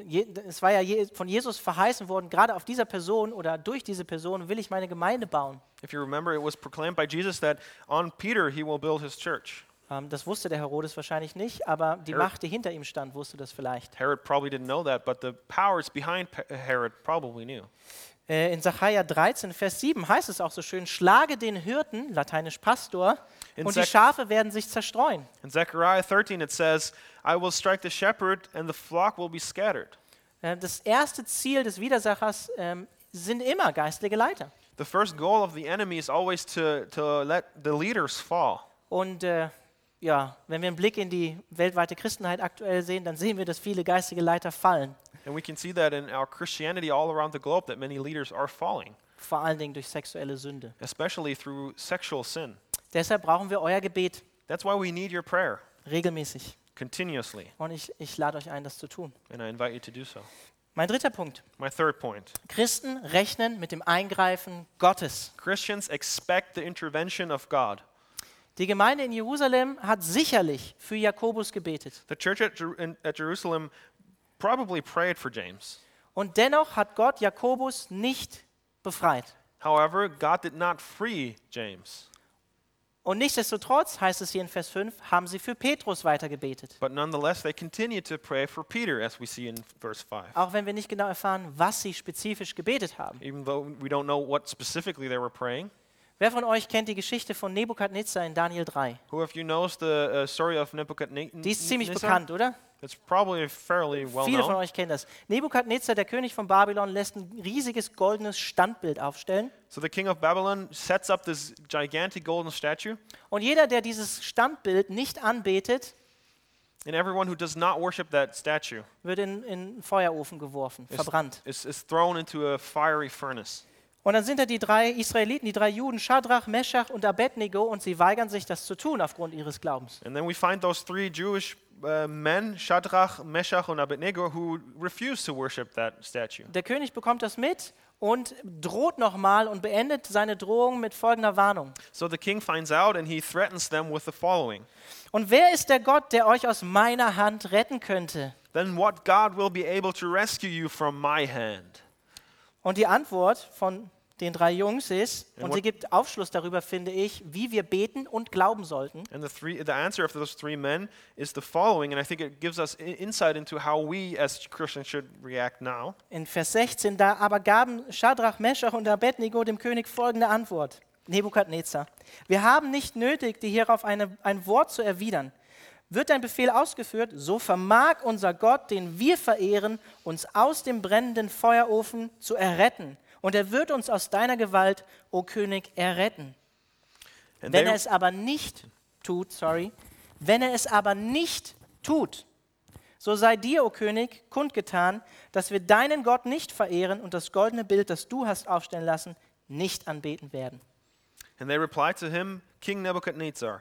[SPEAKER 2] Je, es war ja je, von Jesus verheißen worden, gerade auf dieser Person oder durch diese Person will ich meine Gemeinde bauen.
[SPEAKER 1] If you remember, it was proclaimed by Jesus that on Peter he will build his church.
[SPEAKER 2] Ähm, das wusste der Herodes wahrscheinlich nicht, aber die
[SPEAKER 1] Herod-
[SPEAKER 2] Macht, die hinter ihm stand, wusste das vielleicht.
[SPEAKER 1] Herod probably didn't know that, but the powers behind Pe- Herod probably knew.
[SPEAKER 2] Äh, in Sacharja 13, Vers 7 heißt es auch so schön, schlage den Hirten, lateinisch Pastor,
[SPEAKER 1] In
[SPEAKER 2] und die
[SPEAKER 1] Sac-
[SPEAKER 2] Schafe werden sich zerstreuen.
[SPEAKER 1] In Zechariah 13, it says, I will strike the shepherd, and the flock will be scattered.
[SPEAKER 2] Äh, das erste Ziel des Widersachers ähm, sind immer geistliche Leiter.
[SPEAKER 1] The first goal of the enemy is always to, to let the leaders fall.
[SPEAKER 2] Und äh, ja, wenn wir einen Blick in die weltweite Christenheit aktuell sehen, dann sehen wir, dass viele geistige Leiter fallen.
[SPEAKER 1] And we can see that in our Christianity all around the globe that many leaders are falling,
[SPEAKER 2] Vor allen Dingen durch sexuelle Sünde.
[SPEAKER 1] especially through sexual sin.
[SPEAKER 2] Deshalb brauchen wir euer Gebet
[SPEAKER 1] That's why we need your prayer
[SPEAKER 2] regelmäßig.
[SPEAKER 1] continuously,
[SPEAKER 2] Und ich, ich lade euch ein, das zu tun.
[SPEAKER 1] and I invite you to do so.
[SPEAKER 2] Mein dritter Punkt.
[SPEAKER 1] My third point
[SPEAKER 2] Christen rechnen mit dem Eingreifen Gottes.
[SPEAKER 1] Christians expect the intervention of God.
[SPEAKER 2] Die Gemeinde in Jerusalem hat sicherlich für Jakobus gebetet.
[SPEAKER 1] The church at, Jer- in, at Jerusalem probably prayed for James.
[SPEAKER 2] Und dennoch hat Gott Jakobus nicht befreit.
[SPEAKER 1] However, God did not free James.
[SPEAKER 2] Und nichtsdestotrotz, heißt es hier in Vers 5, haben sie für Petrus weitergebetet.
[SPEAKER 1] But nonetheless, they continued to pray for Peter, as we see in verse 5.
[SPEAKER 2] Auch wenn wir nicht genau erfahren, was sie spezifisch gebetet haben.
[SPEAKER 1] Even though we don't know what specifically they were praying,
[SPEAKER 2] Wer von euch kennt die Geschichte von Nebukadnezar in Daniel 3?
[SPEAKER 1] who of you knows the uh, story of Nebuchadnezzar?
[SPEAKER 2] Die ist ziemlich bekannt, oder?
[SPEAKER 1] It's probably fairly well
[SPEAKER 2] Viele von
[SPEAKER 1] known.
[SPEAKER 2] euch kennen das. Nebukadnezar, der König von Babylon, lässt ein riesiges goldenes Standbild aufstellen.
[SPEAKER 1] So the king of Babylon sets up this gigantic golden statue,
[SPEAKER 2] Und jeder, der dieses Standbild nicht anbetet,
[SPEAKER 1] and everyone who does not worship that statue
[SPEAKER 2] wird in, in einen Feuerofen geworfen,
[SPEAKER 1] is,
[SPEAKER 2] verbrannt.
[SPEAKER 1] is, is thrown into a fiery furnace.
[SPEAKER 2] Und dann sind da die drei Israeliten, die drei Juden, Schadrach, Meschach und Abednego, und sie weigern sich, das zu tun aufgrund ihres Glaubens.
[SPEAKER 1] And then we find those three Jewish uh, men, Shadrach, Meshach, and Abednego, who refuse to worship that statue.
[SPEAKER 2] Der König bekommt das mit und droht nochmal und beendet seine Drohung mit folgender Warnung.
[SPEAKER 1] So the king finds out and he threatens them with the following
[SPEAKER 2] Und wer ist der Gott, der euch aus meiner Hand retten könnte?
[SPEAKER 1] Then what God will be able to rescue you from my hand?
[SPEAKER 2] Und die Antwort von den drei Jungs ist, und sie gibt Aufschluss darüber, finde ich, wie wir beten und glauben sollten.
[SPEAKER 1] And the, three, the answer of those three men is the following, and I think it gives us i- insight into how we as Christians should react now.
[SPEAKER 2] In Vers 16, da aber gaben Schadrach, Meschach und Abednego dem König folgende Antwort. Nebukadnezar, wir haben nicht nötig, dir hierauf eine, ein Wort zu erwidern. Wird dein Befehl ausgeführt, so vermag unser Gott, den wir verehren, uns aus dem brennenden Feuerofen zu erretten. Und er wird uns aus deiner Gewalt, o König, erretten.
[SPEAKER 1] And
[SPEAKER 2] Wenn
[SPEAKER 1] they-
[SPEAKER 2] er es aber nicht tut, sorry, wenn er es aber nicht tut, so sei dir, o König, kundgetan, dass wir deinen Gott nicht verehren und das goldene Bild, das du hast aufstellen lassen, nicht anbeten werden.
[SPEAKER 1] And they replied to him, King Nebuchadnezzar,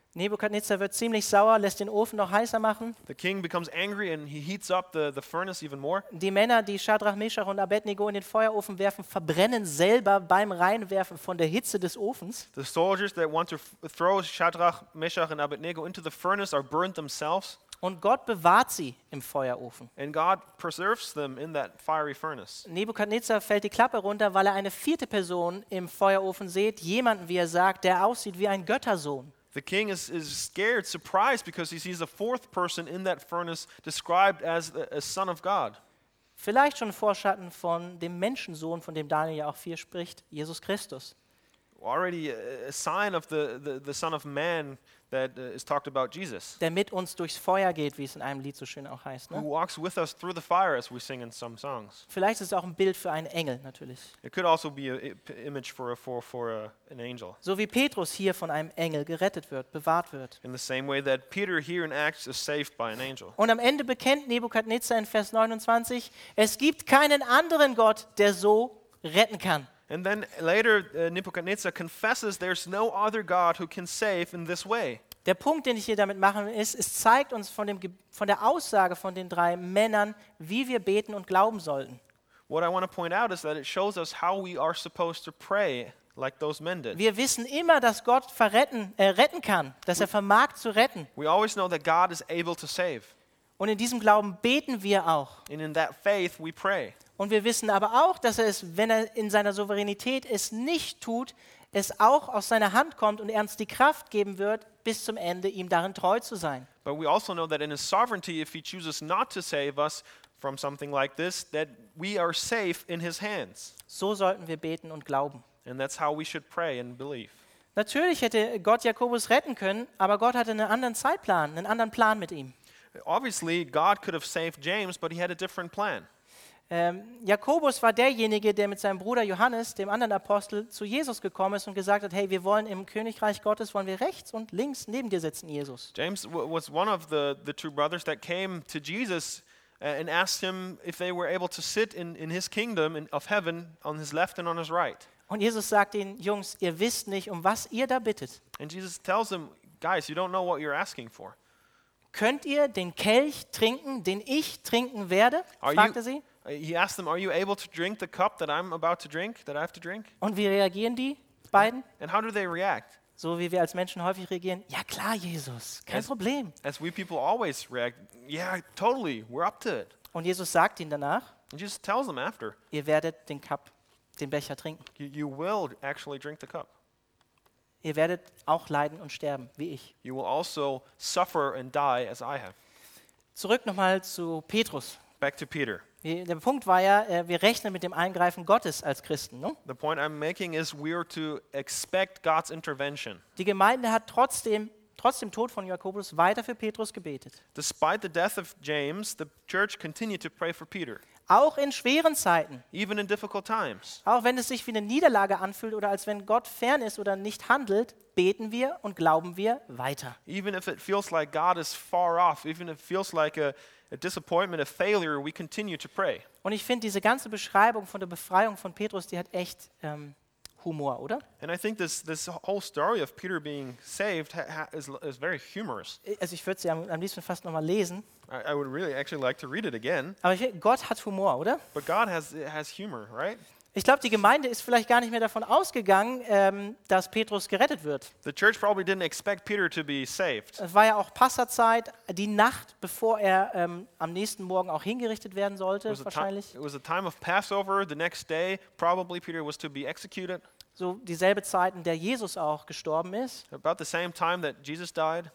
[SPEAKER 2] Nebukadnezar wird ziemlich sauer, lässt den Ofen noch heißer machen.
[SPEAKER 1] The king becomes angry and he heats up the, the furnace even more.
[SPEAKER 2] Die Männer, die Shadrach, Meshach und Abednego in den Feuerofen werfen, verbrennen selber beim Reinwerfen von der Hitze des Ofens.
[SPEAKER 1] The soldiers that want to f- throw Shadrach, Meshach, and Abednego into the furnace are burned themselves,
[SPEAKER 2] Und Gott bewahrt sie im Feuerofen.
[SPEAKER 1] and God preserves them in that fiery furnace.
[SPEAKER 2] Nebukadnezar fällt die Klappe runter, weil er eine vierte Person im Feuerofen sieht, jemanden, wie er sagt, der aussieht wie ein Göttersohn.
[SPEAKER 1] The king is, is scared, surprised, because he sees a fourth person in that furnace described as a, a son of God.
[SPEAKER 2] Vielleicht schon ein Vorschatten von dem Menschensohn, von dem Daniel ja auch viel spricht, Jesus Christus.
[SPEAKER 1] Already a, a sign of the, the, the son of man that uh, is talked about Jesus,
[SPEAKER 2] der mit uns durchs Feuer geht, wie es in einem Lied so schön auch heißt.
[SPEAKER 1] who
[SPEAKER 2] Ne?
[SPEAKER 1] walks with us through the fire, as we sing in some songs.
[SPEAKER 2] Vielleicht ist es auch ein Bild für einen Engel natürlich.
[SPEAKER 1] It could also be an image for, a, for, for a, an angel.
[SPEAKER 2] So wie Petrus hier von einem Engel gerettet wird, bewahrt wird.
[SPEAKER 1] In the same way that Peter here in Acts is saved by an angel.
[SPEAKER 2] Und am Ende bekennt Nebukadnezar in Vers 29, es gibt keinen anderen Gott, der so retten kann.
[SPEAKER 1] And then later, uh, Nebuchadnezzar confesses there's no other God who can save in this way.
[SPEAKER 2] Der Punkt, den ich hier damit machen will, ist, es zeigt uns von, dem, Ge- von der Aussage von den drei Männern, wie wir beten und glauben sollten.
[SPEAKER 1] What I want to point out is that it shows us how we are supposed to pray like those men did.
[SPEAKER 2] Wir wissen immer, dass Gott verretten, äh, retten kann, dass er vermag zu retten.
[SPEAKER 1] We always know that God is able to save.
[SPEAKER 2] Und in diesem Glauben beten wir auch.
[SPEAKER 1] And in that faith, we pray.
[SPEAKER 2] Und wir wissen aber auch, dass er es, wenn er in seiner Souveränität es nicht tut, es auch aus seiner Hand kommt und er uns die Kraft geben wird, bis zum Ende ihm darin treu zu sein.
[SPEAKER 1] But we also know that in His sovereignty, if He chooses not to save us from something like this, that we are safe in His hands.
[SPEAKER 2] So sollten wir beten und glauben.
[SPEAKER 1] And that's how we should pray and believe.
[SPEAKER 2] Natürlich hätte Gott Jakobus retten können, aber Gott hatte einen anderen Zeitplan, einen anderen Plan mit ihm.
[SPEAKER 1] Obviously, God could have saved James, but He had a different plan.
[SPEAKER 2] Ähm, Jakobus war derjenige, der mit seinem Bruder Johannes, dem anderen Apostel, zu Jesus gekommen ist und gesagt hat, hey, wir wollen im Königreich Gottes, wollen wir rechts und links neben dir sitzen, Jesus.
[SPEAKER 1] James w- was one of the, the two brothers that came to Jesus uh, and asked him if they were able to sit in, in his kingdom in, of heaven on his left and on his right.
[SPEAKER 2] Und Jesus sagt ihnen, Jungs, ihr wisst nicht, um was ihr da bittet.
[SPEAKER 1] And Jesus tells them, Guys, you don't know what you're asking for.
[SPEAKER 2] Könnt ihr den Kelch trinken, den ich trinken werde?
[SPEAKER 1] Are
[SPEAKER 2] fragte
[SPEAKER 1] you-
[SPEAKER 2] sie.
[SPEAKER 1] Uh, He asked them, Are you able to drink the cup that I'm about to drink, that I have to drink?
[SPEAKER 2] Und wie reagieren die beiden?
[SPEAKER 1] And how do they react?
[SPEAKER 2] So wie wir als Menschen häufig reagieren. Ja klar, Jesus, kein
[SPEAKER 1] Es-
[SPEAKER 2] Problem.
[SPEAKER 1] As we people always react, Yeah, totally, we're up to it.
[SPEAKER 2] Und Jesus sagt ihnen danach,
[SPEAKER 1] And Jesus tells them after,
[SPEAKER 2] ihr werdet den Cup, den Becher trinken.
[SPEAKER 1] You, you will actually drink the cup.
[SPEAKER 2] Ihr werdet auch leiden und sterben, wie ich.
[SPEAKER 1] You will also suffer and die as I have.
[SPEAKER 2] Zurück nochmal zu Petrus.
[SPEAKER 1] Back to Peter.
[SPEAKER 2] Wir- Der Punkt war ja, äh, wir rechnen mit dem Eingreifen Gottes als Christen. Ne?
[SPEAKER 1] The point I'm making is we're to expect God's intervention.
[SPEAKER 2] Die Gemeinde hat trotzdem, trotz dem Tod von Jakobus, weiter für Petrus gebetet.
[SPEAKER 1] Despite the death of James, the church continued to pray for Peter,
[SPEAKER 2] Auch in schweren Zeiten,
[SPEAKER 1] even in difficult times.
[SPEAKER 2] auch wenn es sich wie eine Niederlage anfühlt oder als wenn Gott fern ist oder nicht handelt, beten wir und glauben wir weiter.
[SPEAKER 1] Even if it feels like God is far off, even if it feels like a, a disappointment, a failure, we continue to pray.
[SPEAKER 2] Und ich finde, diese ganze Beschreibung von der Befreiung von Petrus, die hat echt ähm, Humor, oder?
[SPEAKER 1] And I think this, this whole story of Peter being saved ha- ha- is, is very humorous.
[SPEAKER 2] Also ich würde sie am, am liebsten fast nochmal lesen.
[SPEAKER 1] I, I would really actually like to read it again.
[SPEAKER 2] Aber ich, Gott hat Humor, oder?
[SPEAKER 1] But God has, has humor, right?
[SPEAKER 2] Ich glaube, die Gemeinde ist vielleicht gar nicht mehr davon ausgegangen, ähm, dass Petrus gerettet wird.
[SPEAKER 1] The church probably didn't expect Peter to be saved.
[SPEAKER 2] Es war ja auch Passerzeit, die Nacht, bevor er ähm, am nächsten Morgen auch hingerichtet werden sollte,
[SPEAKER 1] It was, a ti-
[SPEAKER 2] wahrscheinlich.
[SPEAKER 1] it was a time of Passover. The next day, probably Peter was to be executed.
[SPEAKER 2] so dieselbe Zeit, in der Jesus auch gestorben ist.
[SPEAKER 1] About the same time that Jesus died,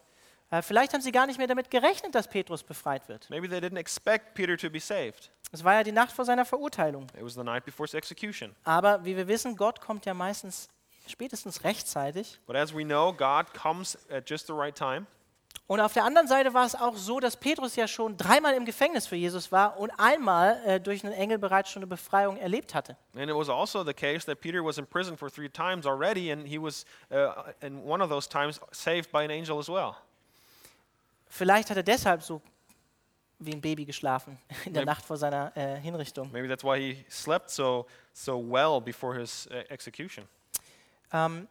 [SPEAKER 2] Äh, Vielleicht haben sie gar nicht mehr damit gerechnet, dass Petrus befreit wird.
[SPEAKER 1] maybe they didn't expect Peter to be saved.
[SPEAKER 2] Es war ja die Nacht vor seiner Verurteilung.
[SPEAKER 1] It was the night before his execution.
[SPEAKER 2] Aber wie wir wissen, Gott kommt ja meistens spätestens rechtzeitig.
[SPEAKER 1] But as we know, God comes at just the right time.
[SPEAKER 2] Und auf der anderen Seite war es auch so, dass Petrus ja schon dreimal im Gefängnis für Jesus war und einmal äh, durch einen Engel bereits schon eine Befreiung erlebt hatte.
[SPEAKER 1] And it was also the case that Peter was in prison for three times already, and he was, uh, in one of those times, saved by an angel as well.
[SPEAKER 2] Vielleicht hat er deshalb so wie ein Baby geschlafen in der
[SPEAKER 1] Maybe-
[SPEAKER 2] Nacht vor seiner äh, Hinrichtung.
[SPEAKER 1] Maybe that's why he slept so, so well before his uh, execution.
[SPEAKER 2] Ähm,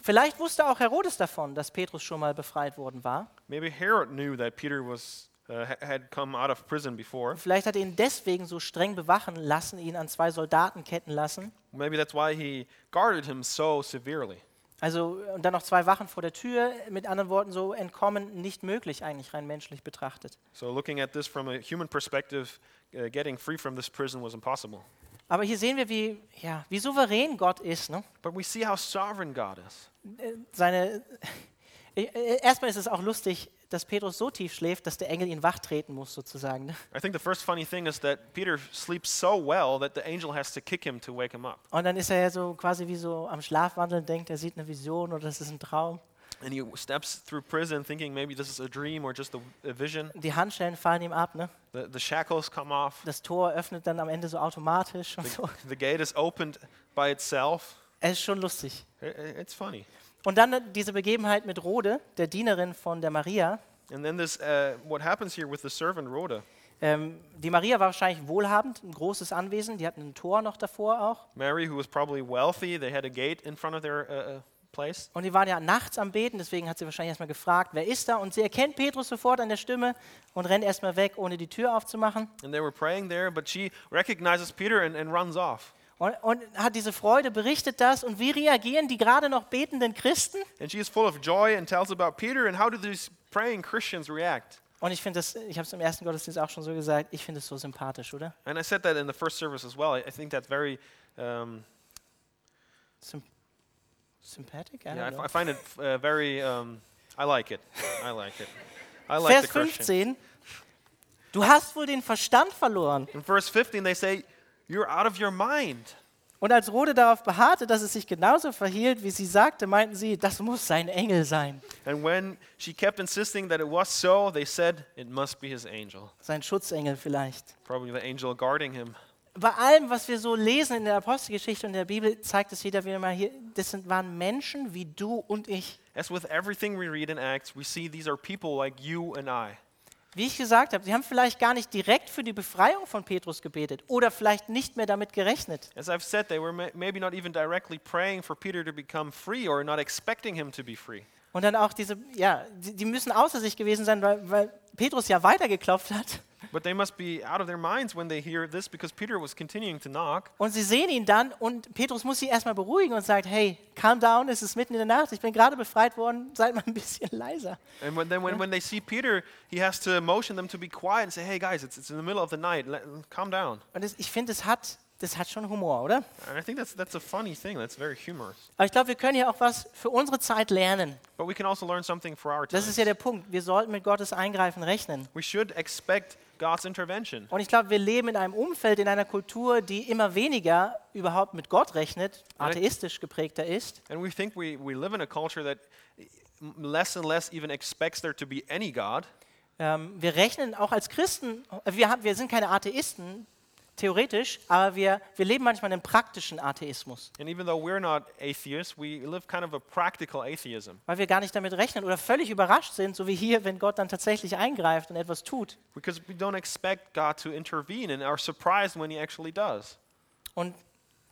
[SPEAKER 2] vielleicht wusste auch Herodes davon, dass Petrus schon mal befreit worden war.
[SPEAKER 1] Maybe Herod knew that Peter was, uh, ha- had come out of prison before.
[SPEAKER 2] Vielleicht hat er ihn deswegen so streng bewachen lassen, ihn an zwei Soldaten ketten lassen.
[SPEAKER 1] Maybe that's why he guarded him so severely.
[SPEAKER 2] Also und dann noch zwei Wachen vor der Tür. Mit anderen Worten, so entkommen nicht möglich eigentlich rein menschlich betrachtet.
[SPEAKER 1] So, looking at this from a human perspective, uh, getting free from this prison was impossible.
[SPEAKER 2] Aber hier sehen wir, wie, ja, wie souverän Gott ist. Ne? Äh,
[SPEAKER 1] But we see how sovereign God is.
[SPEAKER 2] Seine äh, Erstmal ist es auch lustig, dass Petrus so tief schläft, dass der Engel ihn wachtreten muss, sozusagen. Ne?
[SPEAKER 1] I think the first funny thing is that Peter sleeps so well that the angel has to kick him to wake him up.
[SPEAKER 2] Und dann ist er ja so quasi wie so am Schlafwandeln, denkt, er sieht eine Vision oder es ist ein Traum.
[SPEAKER 1] And he steps through prison thinking maybe this is a dream or just a, a vision.
[SPEAKER 2] Die Handschellen fallen ihm ab, ne?
[SPEAKER 1] The, the shackles come off,
[SPEAKER 2] Das Tor öffnet dann am Ende so automatisch und so.
[SPEAKER 1] the gate is opened by itself.
[SPEAKER 2] Es ist schon lustig.
[SPEAKER 1] I- i- it's funny.
[SPEAKER 2] Und dann äh, diese Begebenheit mit Rode, der Dienerin von der Maria.
[SPEAKER 1] And then this, uh, what happens here with the servant Rhoda.
[SPEAKER 2] Ähm, die Maria war wahrscheinlich wohlhabend, ein großes Anwesen, die hatten ein Tor noch davor auch.
[SPEAKER 1] Mary, who was probably wealthy, they had a gate in front of their uh, uh, place.
[SPEAKER 2] Und die waren ja nachts am Beten, deswegen hat sie wahrscheinlich erstmal gefragt, wer ist da? Und sie erkennt Petrus sofort an der Stimme und rennt erstmal weg, ohne die Tür aufzumachen.
[SPEAKER 1] And they were praying there, but she recognizes Peter and, and runs off.
[SPEAKER 2] Und, und hat diese Freude, berichtet das. Und wie reagieren die gerade noch betenden Christen?
[SPEAKER 1] And she is full of joy and tells about Peter. And how do these praying Christians react?
[SPEAKER 2] Und ich finde das, ich habe es im ersten Gottesdienst auch schon so gesagt, ich finde es so sympathisch, oder?
[SPEAKER 1] And I said that in the first service as well. I, I think that's very, um,
[SPEAKER 2] Symp sympathic? I don't
[SPEAKER 1] yeah, I, f-
[SPEAKER 2] know.
[SPEAKER 1] I find it uh, very, um, I like it. I like it. I like
[SPEAKER 2] Vers
[SPEAKER 1] the Christian.
[SPEAKER 2] 15. Du hast wohl den Verstand verloren.
[SPEAKER 1] In verse 15, they say, You're out of your mind.
[SPEAKER 2] Und als Rode darauf beharrte, dass es sich genauso verhielt, wie sie sagte, meinten sie, das muss sein Engel sein,
[SPEAKER 1] And when she kept insisting that it was so, they said, It must be his angel.
[SPEAKER 2] sein Schutzengel vielleicht.
[SPEAKER 1] Probably the angel guarding him.
[SPEAKER 2] Bei allem, was wir so lesen in der Apostelgeschichte und der Bibel, zeigt es jeder wieder mal hier, das sind, waren Menschen wie du und ich.
[SPEAKER 1] As with everything we read in Acts, we see these are people like you and I.
[SPEAKER 2] Wie ich gesagt habe, sie haben vielleicht gar nicht direkt für die Befreiung von Petrus gebetet oder vielleicht nicht mehr damit gerechnet.
[SPEAKER 1] As I've said, they were ma- maybe not even directly praying for Peter to become free or not expecting him to be free.
[SPEAKER 2] Und dann auch diese, ja, die, die müssen außer sich gewesen sein, weil, weil Petrus ja weitergeklopft hat.
[SPEAKER 1] But they must be out of their minds when they hear this because Peter was continuing to knock.
[SPEAKER 2] Und sie sehen ihn dann und Petrus muss sie erstmal beruhigen und sagt, hey, calm down, es ist mitten in der Nacht, ich bin gerade befreit worden, seid mal ein bisschen leiser.
[SPEAKER 1] And when, then when, when they see Peter, he has to motion them to be quiet and say, hey guys, it's, it's in the middle of the night, Let, calm down.
[SPEAKER 2] Und das, ich finde, das hat, das hat schon Humor, oder?
[SPEAKER 1] And I think that's, that's a funny thing. That's very humorous.
[SPEAKER 2] Aber ich glaube, wir können hier auch was für unsere Zeit lernen.
[SPEAKER 1] But we can also learn something for our time.
[SPEAKER 2] Das ist ja der Punkt, wir sollten mit Gottes Eingreifen rechnen.
[SPEAKER 1] We should expect God's intervention.
[SPEAKER 2] Und ich glaube, wir leben in einem Umfeld, in einer Kultur, die immer weniger überhaupt mit Gott rechnet, atheistisch geprägter ist.
[SPEAKER 1] And we think we, we live in a culture that m- less and less even expects there to be any God.
[SPEAKER 2] Ähm, wir rechnen auch als Christen, äh, wir, haben, wir sind keine Atheisten, theoretisch, aber wir, wir leben manchmal einen praktischen Atheismus,
[SPEAKER 1] And even though we're not atheists, we live kind of a practical atheism.
[SPEAKER 2] weil wir gar nicht damit rechnen oder völlig überrascht sind, so wie hier, wenn Gott dann tatsächlich eingreift und etwas tut.
[SPEAKER 1] Because we don't expect God to intervene and are surprised when He actually does.
[SPEAKER 2] Und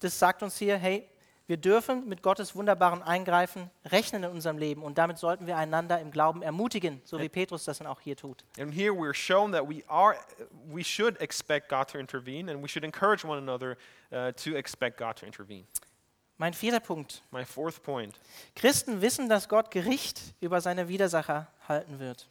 [SPEAKER 2] das sagt uns hier, hey, wir dürfen mit Gottes wunderbaren Eingreifen rechnen in unserem Leben und damit sollten wir einander im Glauben ermutigen, so wie Petrus das dann auch hier tut.
[SPEAKER 1] And here we're shown that we are, we should expect God to intervene, and we should encourage one another uh, to expect God to intervene.
[SPEAKER 2] Mein vierter Punkt.
[SPEAKER 1] My fourth point:
[SPEAKER 2] Christen wissen, dass Gott Gericht über seine Widersacher halten wird.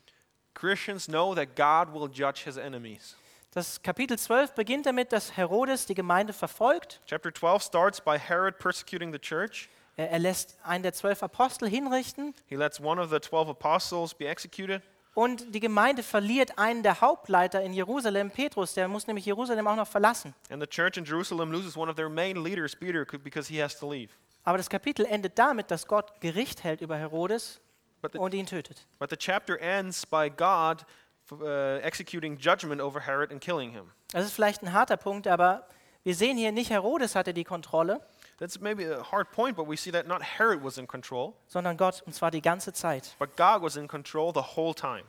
[SPEAKER 1] Christians know that God will judge His enemies.
[SPEAKER 2] Das Kapitel 12 beginnt damit, dass Herodes die Gemeinde verfolgt.
[SPEAKER 1] Chapter 12 starts by Herod persecuting the church.
[SPEAKER 2] Er, er lässt einen der zwölf Apostel hinrichten
[SPEAKER 1] He lets one of the 12 apostles be executed.
[SPEAKER 2] und die Gemeinde verliert einen der Hauptleiter in Jerusalem, Petrus. Der muss nämlich Jerusalem auch noch verlassen.
[SPEAKER 1] And the church in Jerusalem loses one of their main leaders, Peter, c- because he has to leave.
[SPEAKER 2] Aber das Kapitel endet damit, dass Gott Gericht hält über Herodes
[SPEAKER 1] But the,
[SPEAKER 2] und ihn tötet.
[SPEAKER 1] but the chapter ends by God f- uh, executing judgment over Herod and killing him.
[SPEAKER 2] Das ist vielleicht ein harter Punkt, aber wir sehen hier nicht Herodes hatte die Kontrolle,
[SPEAKER 1] That's maybe a hard point, but we see that not Herod was in control,
[SPEAKER 2] sondern Gott und zwar die ganze Zeit.
[SPEAKER 1] but God was in control the whole time.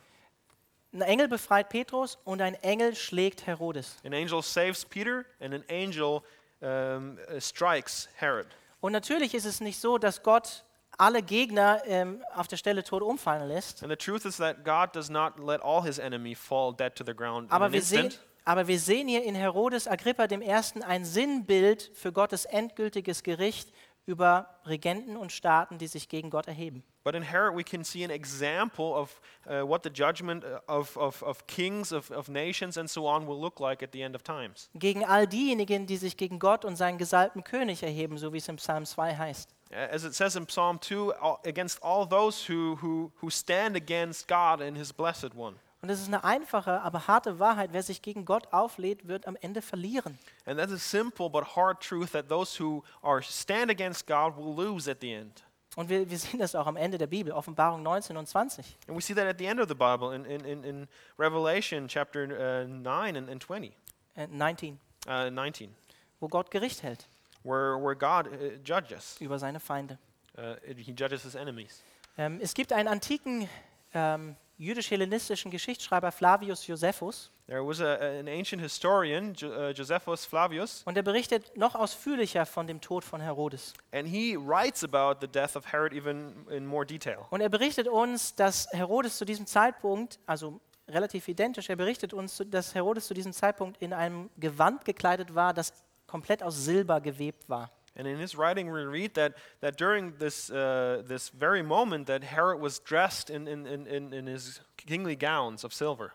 [SPEAKER 2] Ein Engel befreit Petrus und ein Engel schlägt Herodes.
[SPEAKER 1] An angel saves Peter, and an angel um, uh, strikes Herod.
[SPEAKER 2] Und natürlich ist es nicht so, dass Gott alle Gegner ähm, auf der Stelle tot umfallen lässt.
[SPEAKER 1] And the truth is that God does not let all his enemy fall dead to the ground in
[SPEAKER 2] Aber
[SPEAKER 1] an
[SPEAKER 2] wir, sehen,
[SPEAKER 1] instant.
[SPEAKER 2] aber wir sehen hier in Herodes Agrippa dem Ersten ein Sinnbild für Gottes endgültiges Gericht über Regenten und Staaten, die sich gegen Gott erheben.
[SPEAKER 1] But in Herod, we can see an example of uh, what the judgment uh, of, of, of kings, of, of nations, and so on will look like at the end of times.
[SPEAKER 2] Gegen all diejenigen, die sich gegen Gott und seinen gesalbten König erheben, so wie es im Psalm 2 heißt.
[SPEAKER 1] A- As it says in Psalm 2, "All- against all those who, who, who stand against God and his blessed one.
[SPEAKER 2] Und es ist eine einfache, aber harte Wahrheit. Wer sich gegen Gott auflädt, wird am Ende verlieren.
[SPEAKER 1] And that's a simple but hard truth that those who are stand against God will lose at the end.
[SPEAKER 2] Und wir, wir sehen das auch am Ende der Bibel, Offenbarung 19 und 20.
[SPEAKER 1] And we see that at the end of the Bible in, in, in, in Revelation chapter uh, 9 and, and 20,
[SPEAKER 2] Äh, 19,
[SPEAKER 1] uh, 19,
[SPEAKER 2] wo Gott Gericht hält
[SPEAKER 1] where, where God uh, judges.
[SPEAKER 2] über seine Feinde.
[SPEAKER 1] Uh, he judges his enemies.
[SPEAKER 2] Ähm, es gibt einen antiken ähm, jüdisch-hellenistischen Geschichtsschreiber Flavius Josephus
[SPEAKER 1] There was a, an ancient historian, jo- uh, Josephus Flavius,
[SPEAKER 2] und er berichtet noch ausführlicher von dem Tod von Herodes.
[SPEAKER 1] and he writes about the death of Herod even in more detail.
[SPEAKER 2] Und er berichtet uns, dass Herodes zu diesem Zeitpunkt, also relativ identisch, er berichtet uns, zu- dass Herodes zu diesem Zeitpunkt in einem Gewand gekleidet war, das komplett aus Silber gewebt war.
[SPEAKER 1] And in his writing, we read that, that during this, uh, this very moment that Herod was dressed in, in, in, in, in his kingly gowns of silver.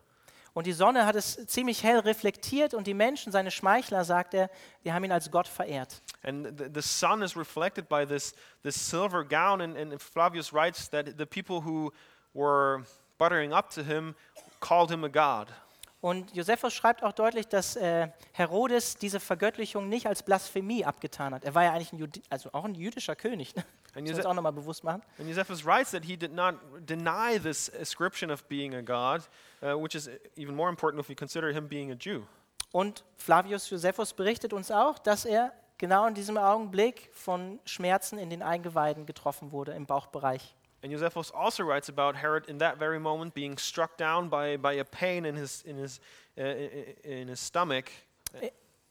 [SPEAKER 2] Und die Sonne hat es ziemlich hell reflektiert und die Menschen, seine Schmeichler, sagt er, die haben ihn als Gott verehrt.
[SPEAKER 1] And the, the sun is reflected by this, this silver gown, and, and Flavius writes that the people who were buttering up to him called him a god.
[SPEAKER 2] Und Josephus schreibt auch deutlich, dass äh, Herodes diese Vergöttlichung nicht als Blasphemie abgetan hat. Er war ja eigentlich ein Judi also auch ein jüdischer König. Ne? Das
[SPEAKER 1] Ein
[SPEAKER 2] muss man
[SPEAKER 1] Jose-
[SPEAKER 2] uns auch nochmal bewusst machen.
[SPEAKER 1] And Josephus writes that he did not deny this ascription of being a god, uh, which is even more important if you consider him being a Jew.
[SPEAKER 2] Und Flavius Josephus berichtet uns auch, dass er genau in diesem Augenblick von Schmerzen in den Eingeweiden getroffen wurde, im Bauchbereich.
[SPEAKER 1] And Josephus also writes about Herod in that very moment being struck down by, by a pain in his, in, his, uh, in his stomach,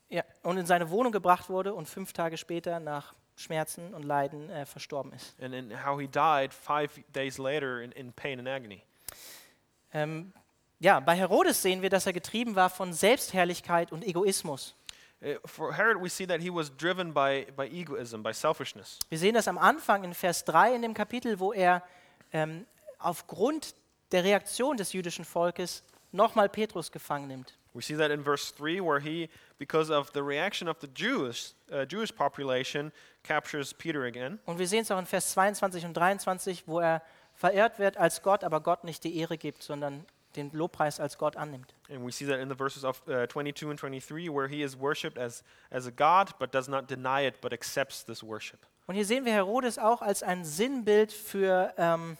[SPEAKER 2] Ja. Und in seine Wohnung gebracht wurde und fünf Tage später nach Schmerzen und Leiden äh, verstorben ist.
[SPEAKER 1] and, and how he died five days later in, in pain and agony.
[SPEAKER 2] Ähm, ja, bei Herodes sehen wir, dass er getrieben war von Selbstherrlichkeit und Egoismus.
[SPEAKER 1] Uh, for Herod, we see that he was driven by, by egoism, by selfishness.
[SPEAKER 2] Wir sehen das am Anfang in Vers 3 in dem Kapitel, wo er ähm, aufgrund der Reaktion des jüdischen Volkes nochmal Petrus gefangen nimmt.
[SPEAKER 1] We see that in verse 3, where he, because of the reaction of the Jewish, uh, Jewish population, captures Peter again.
[SPEAKER 2] Und wir sehen es auch in Vers 22 und 23, wo er verehrt wird als Gott, aber Gott nicht die Ehre gibt, sondern den Lobpreis als Gott annimmt.
[SPEAKER 1] And we see that in the verses of uh, 22 and 23, where he is worshipped as, as a god, but does not deny it, but accepts this worship.
[SPEAKER 2] Und hier sehen wir Herodes auch als ein Sinnbild für, ähm,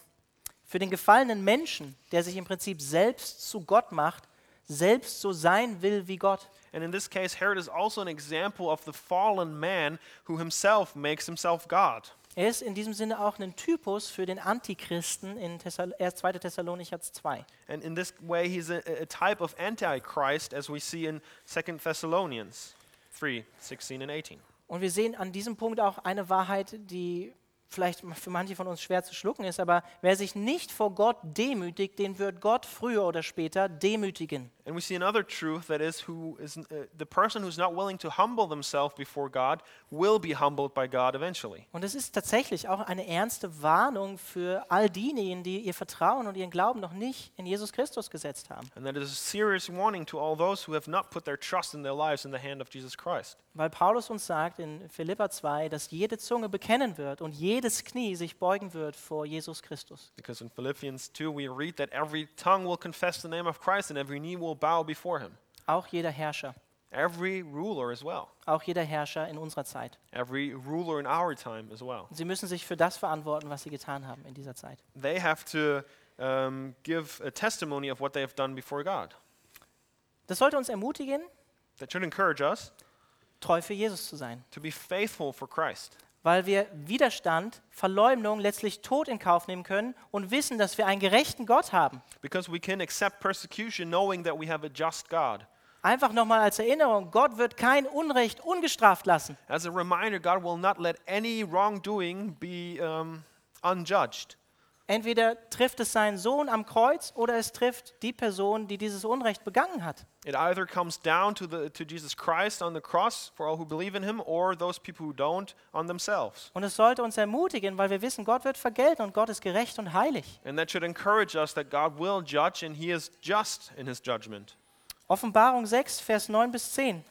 [SPEAKER 2] für den gefallenen Menschen, der sich im Prinzip selbst zu Gott macht, selbst so sein will wie Gott.
[SPEAKER 1] And in this case, Herod is also an example of the fallen man who himself makes himself God.
[SPEAKER 2] Er ist in diesem Sinne auch ein Typus für den Antichristen in Thessal äh, 2. Thessalonicher 2.
[SPEAKER 1] And in this way, he's a, a type of antichrist, as we see in 2 Thessalonians 3 16 and 18.
[SPEAKER 2] Und wir sehen an diesem Punkt auch eine Wahrheit, die vielleicht m- für manche von uns schwer zu schlucken ist, aber wer sich nicht vor Gott demütigt, den wird Gott früher oder später demütigen.
[SPEAKER 1] And we see another truth that is, who is uh, the person who's not willing to humble themselves before God will be humbled by God eventually.
[SPEAKER 2] Und es ist tatsächlich auch eine ernste Warnung für all diejenigen, die ihr Vertrauen und ihren Glauben noch nicht in Jesus Christus gesetzt haben.
[SPEAKER 1] And that is a serious warning to all those who have not put their trust in their lives in the hand of Jesus Christ.
[SPEAKER 2] Weil Paulus uns sagt in Philippa 2, dass jede Zunge bekennen wird und jedes Knie sich beugen wird vor Jesus Christus.
[SPEAKER 1] Because in Philippians 2, we read that every tongue will confess the name of Christ and every knee will bow before him.
[SPEAKER 2] Auch jeder Herrscher.
[SPEAKER 1] every ruler as well,
[SPEAKER 2] auch jeder Herrscher in unserer Zeit.
[SPEAKER 1] every ruler in our time as well.
[SPEAKER 2] Sie müssen sich für das verantworten, was sie getan haben in dieser Zeit.
[SPEAKER 1] They have to um, give a testimony of what they have done before God.
[SPEAKER 2] Das sollte uns ermutigen,
[SPEAKER 1] That should encourage us
[SPEAKER 2] treu für Jesus zu sein,
[SPEAKER 1] to be faithful for Christ.
[SPEAKER 2] weil wir Widerstand, Verleumdung, letztlich Tod in Kauf nehmen können und wissen, dass wir einen gerechten Gott haben.
[SPEAKER 1] Because we can accept persecution knowing that we have a just God.
[SPEAKER 2] Einfach nochmal als Erinnerung, Gott wird kein Unrecht ungestraft lassen.
[SPEAKER 1] As a reminder, God will not let any wrongdoing be um, unjudged.
[SPEAKER 2] Entweder trifft es seinen Sohn am Kreuz oder es trifft die Person, die dieses Unrecht begangen hat.
[SPEAKER 1] It either comes down to, the, to Jesus Christ on the cross for all who believe in him, or those people who don't on themselves.
[SPEAKER 2] Und es sollte uns ermutigen, weil wir wissen, Gott wird vergelten und Gott ist gerecht und heilig.
[SPEAKER 1] And that should encourage us that God will judge and he is just in his judgment.
[SPEAKER 2] Offenbarung 6, Vers 9 bis 10.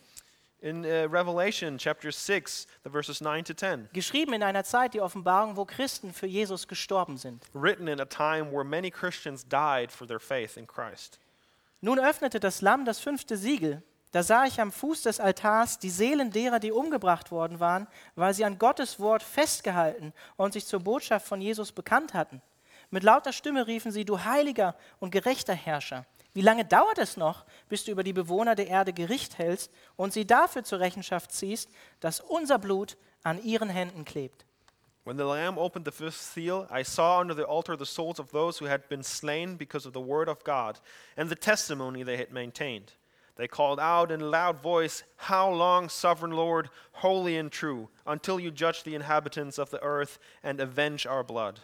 [SPEAKER 1] In uh, Revelation chapter 6, the verses 9 to 10,
[SPEAKER 2] Geschrieben in einer Zeit, die Offenbarung, wo Christen für Jesus gestorben sind.
[SPEAKER 1] written in a time where many Christians died for their faith in Christ.
[SPEAKER 2] Nun öffnete das Lamm das fünfte Siegel. Da sah ich am Fuß des Altars die Seelen derer, die umgebracht worden waren, weil sie an Gottes Wort festgehalten und sich zur Botschaft von Jesus bekannt hatten. Mit lauter Stimme riefen sie, du heiliger und gerechter Herrscher, wie lange dauert es noch, bis du über die Bewohner der Erde Gericht hältst und sie dafür zur Rechenschaft ziehst, dass unser Blut an ihren Händen klebt?
[SPEAKER 1] When the Lamb opened the fifth seal, I saw under the altar the souls of those who had been slain because of the word of God and the testimony they had maintained. They called out in a loud voice, How long, sovereign Lord, holy and true, until you judge the inhabitants of the earth and avenge our blood?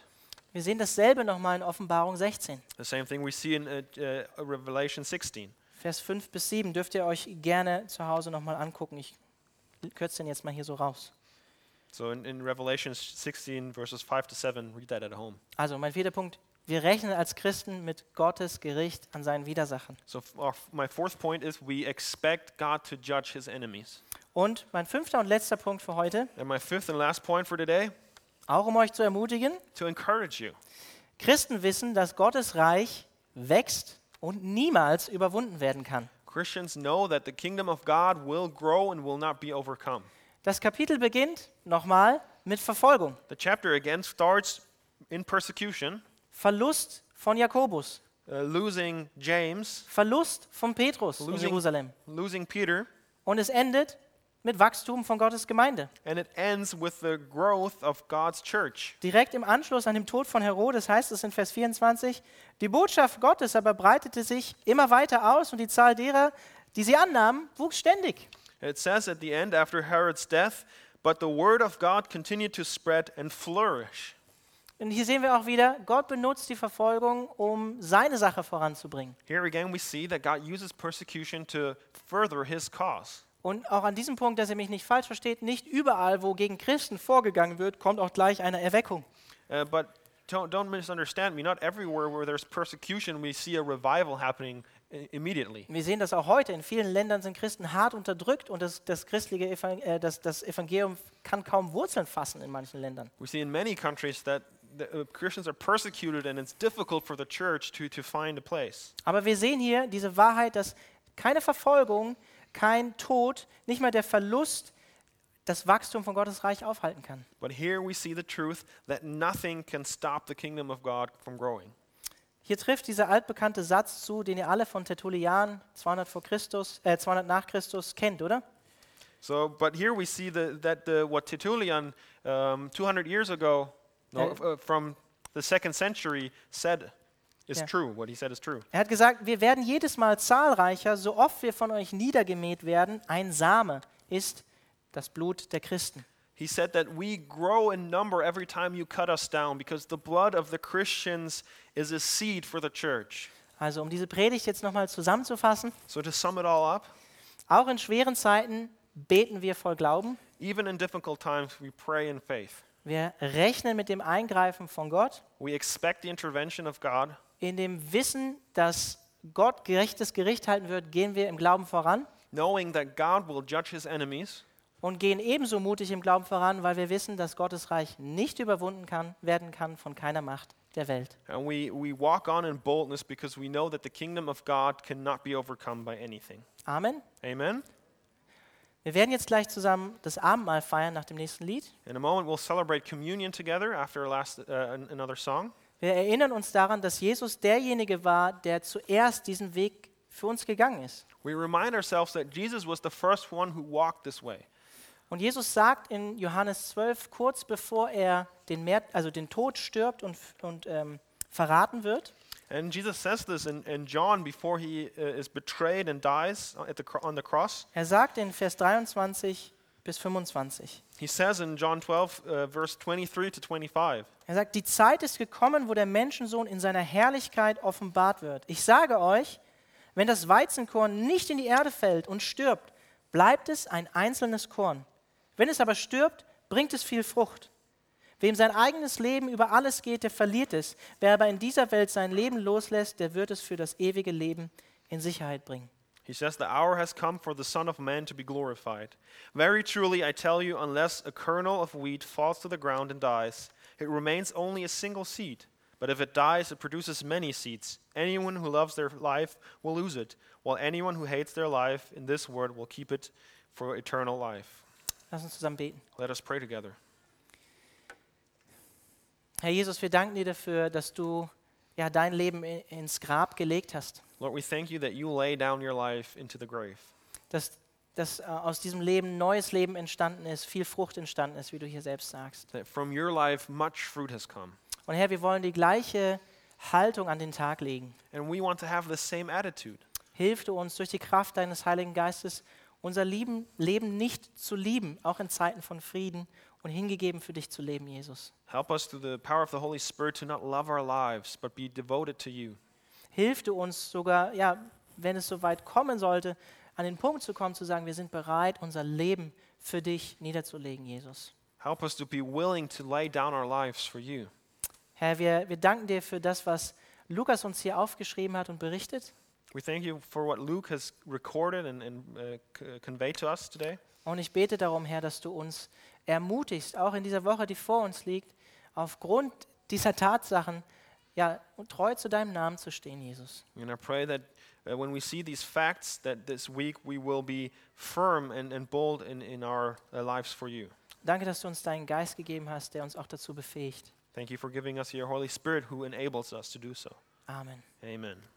[SPEAKER 2] Wir sehen dasselbe nochmal in Offenbarung 16.
[SPEAKER 1] The same thing we see in uh, uh, Revelation 16.
[SPEAKER 2] Vers 5 bis 7 dürft ihr euch gerne zu Hause nochmal angucken. Ich kürze den jetzt mal hier so raus.
[SPEAKER 1] So in, in Revelation 16, verses 5 to 7, read that at home.
[SPEAKER 2] Also, mein vierter Punkt. Wir rechnen als Christen mit Gottes Gericht an seinen Widersachen.
[SPEAKER 1] So f- our, my fourth point is we expect God to judge his enemies.
[SPEAKER 2] Und mein fünfter und letzter Punkt für heute,
[SPEAKER 1] And my fifth and last point for today,
[SPEAKER 2] auch um euch zu ermutigen,
[SPEAKER 1] to encourage you.
[SPEAKER 2] Christen wissen, dass Gottes Reich wächst und niemals überwunden werden kann.
[SPEAKER 1] Christians know that the kingdom of God will grow and will not be overcome.
[SPEAKER 2] Das Kapitel beginnt nochmal mit Verfolgung,
[SPEAKER 1] The chapter again starts in persecution,
[SPEAKER 2] Verlust von Jakobus,
[SPEAKER 1] uh, losing James,
[SPEAKER 2] Verlust von Petrus in
[SPEAKER 1] Losing-
[SPEAKER 2] Jerusalem.
[SPEAKER 1] losing Peter,
[SPEAKER 2] Und es endet mit Wachstum von Gottes Gemeinde.
[SPEAKER 1] and it ends with the growth of God's church.
[SPEAKER 2] Direkt im Anschluss an dem Tod von Herodes heißt es in Vers 24, die Botschaft Gottes aber breitete sich immer weiter aus und die Zahl derer, die sie annahmen, wuchs ständig.
[SPEAKER 1] It says at the end, after Herod's death, but the word of God continued to spread and flourish.
[SPEAKER 2] Und hier sehen wir auch wieder, Gott benutzt die Verfolgung, um seine Sache voranzubringen.
[SPEAKER 1] Here again, we see that God uses persecution to further his cause.
[SPEAKER 2] Und auch an diesem Punkt, dass ihr mich nicht falsch versteht, nicht überall, wo gegen Christen vorgegangen wird, kommt auch gleich eine Erweckung.
[SPEAKER 1] Uh, but don't, don't misunderstand me. Not everywhere where there's persecution, we see a revival happening i- immediately.
[SPEAKER 2] Wir sehen das auch heute. In vielen Ländern sind Christen hart unterdrückt und das, das christliche Evan- äh, das, das Evangelium kann kaum Wurzeln fassen in manchen Ländern.
[SPEAKER 1] We see in many countries that the, uh, Christians are persecuted and it's difficult for the church to, to find a place.
[SPEAKER 2] Aber wir sehen hier diese Wahrheit, dass keine Verfolgung, kein Tod, nicht mal der Verlust das Wachstum von Gottes Reich aufhalten kann.
[SPEAKER 1] But here we see the truth that nothing can stop the kingdom of God from growing.
[SPEAKER 2] Hier trifft dieser altbekannte Satz zu, den ihr alle von Tertullian 200 vor Christus, äh, 200 nach Christus kennt, oder?
[SPEAKER 1] So, but here we see the, that the, what Tertullian um, 200 years ago, no,
[SPEAKER 2] Uh,
[SPEAKER 1] f- uh, from the second century, said is
[SPEAKER 2] Yeah.
[SPEAKER 1] true. What he said is true.
[SPEAKER 2] Er hat gesagt, wir werden jedes Mal zahlreicher, so oft wir von euch niedergemäht werden. Ein Same ist das Blut der Christen.
[SPEAKER 1] He said that we grow in number every time you cut us down because the blood of the Christians is a seed for the church.
[SPEAKER 2] Also um diese Predigt jetzt nochmal zusammenzufassen,
[SPEAKER 1] So, to sum it all up,
[SPEAKER 2] auch in schweren Zeiten beten wir voll Glauben.
[SPEAKER 1] even in difficult times, we pray in faith.
[SPEAKER 2] Wir rechnen mit dem Eingreifen von Gott,
[SPEAKER 1] We expect the intervention of God.
[SPEAKER 2] in dem Wissen, dass Gott gerechtes Gericht halten wird, gehen wir im Glauben voran
[SPEAKER 1] Knowing that God will judge his enemies,
[SPEAKER 2] und gehen ebenso mutig im Glauben voran, weil wir wissen, dass Gottes Reich nicht überwunden kann, werden kann von keiner Macht der Welt.
[SPEAKER 1] and we, we walk on in boldness because we know that the kingdom of God cannot be overcome by anything.
[SPEAKER 2] Amen.
[SPEAKER 1] Amen.
[SPEAKER 2] Wir werden jetzt gleich zusammen das Abendmahl feiern nach dem nächsten Lied.
[SPEAKER 1] In a moment, we'll celebrate communion together after our last, uh, an- another song.
[SPEAKER 2] Wir erinnern uns daran, dass Jesus derjenige war, der zuerst diesen Weg für uns gegangen ist.
[SPEAKER 1] We remind ourselves that Jesus was the first one who walked this way.
[SPEAKER 2] Und Jesus sagt in Johannes 12, kurz bevor er den, Mär also den Tod stirbt und, und ähm, verraten wird,
[SPEAKER 1] And Jesus says this in, in John before he uh, is betrayed and dies at the, cro- on the cross.
[SPEAKER 2] er sagt in Vers 23 bis 25,
[SPEAKER 1] He says in John 12, uh, verse 23 to 25,
[SPEAKER 2] er sagt, die Zeit ist gekommen, wo der Menschensohn in seiner Herrlichkeit offenbart wird. Ich sage euch, wenn das Weizenkorn nicht in die Erde fällt und stirbt, bleibt es ein einzelnes Korn. Wenn es aber stirbt, bringt es viel Frucht. Wem sein eigenes Leben über alles geht, der verliert es. Wer aber in dieser Welt sein Leben loslässt, der wird es für das ewige Leben in Sicherheit bringen.
[SPEAKER 1] he says, The hour has come for the Son of Man to be glorified. Very truly, I tell you, unless a kernel of wheat falls to the ground and dies, it remains only a single seed. But if it dies, it produces many seeds. Anyone who loves their life will lose it, while anyone who hates their life in this world will keep it for eternal life.
[SPEAKER 2] Lass uns zusammen beten.
[SPEAKER 1] Let us pray together.
[SPEAKER 2] Herr Jesus, wir danken dir dafür, dass du ja, dein Leben i- ins Grab gelegt hast.
[SPEAKER 1] Lord, we thank you that you lay down your life into the grave,
[SPEAKER 2] Dass, dass äh, aus diesem Leben neues Leben entstanden ist, viel Frucht entstanden ist, wie du hier selbst sagst.
[SPEAKER 1] that from your life much fruit has come.
[SPEAKER 2] Und Herr, wir wollen die gleiche Haltung an den Tag legen.
[SPEAKER 1] And we want to have the same attitude.
[SPEAKER 2] Hilf du uns durch die Kraft deines Heiligen Geistes, unser lieben Leben nicht zu lieben, auch in Zeiten von Frieden und hingegeben für dich zu leben, Jesus.
[SPEAKER 1] Help us through the power of the Holy Spirit to not love our lives, but be devoted to you.
[SPEAKER 2] Hilf du uns sogar, ja, wenn es so weit kommen sollte, an den Punkt zu kommen, zu sagen, wir sind bereit, unser Leben für dich niederzulegen, Jesus.
[SPEAKER 1] Help us to be willing to lay down our lives for you.
[SPEAKER 2] Herr, wir, wir danken dir für das, was Lukas uns hier aufgeschrieben hat und berichtet.
[SPEAKER 1] We thank you for what Luke has recorded and, and uh, c- conveyed to us today.
[SPEAKER 2] Und ich bete darum, Herr, dass du uns ermutigst, auch in dieser Woche, die vor uns liegt, aufgrund dieser Tatsachen, ja, und treu zu deinem Namen zu stehen, Jesus.
[SPEAKER 1] And I pray that uh, when we see these facts, that this week we will be firm and, and bold in, in our uh, lives for you.
[SPEAKER 2] Danke, dass du uns deinen Geist gegeben hast, der uns auch dazu befähigt.
[SPEAKER 1] Thank you for giving us your Holy Spirit who enables us to do so.
[SPEAKER 2] Amen.
[SPEAKER 1] Amen.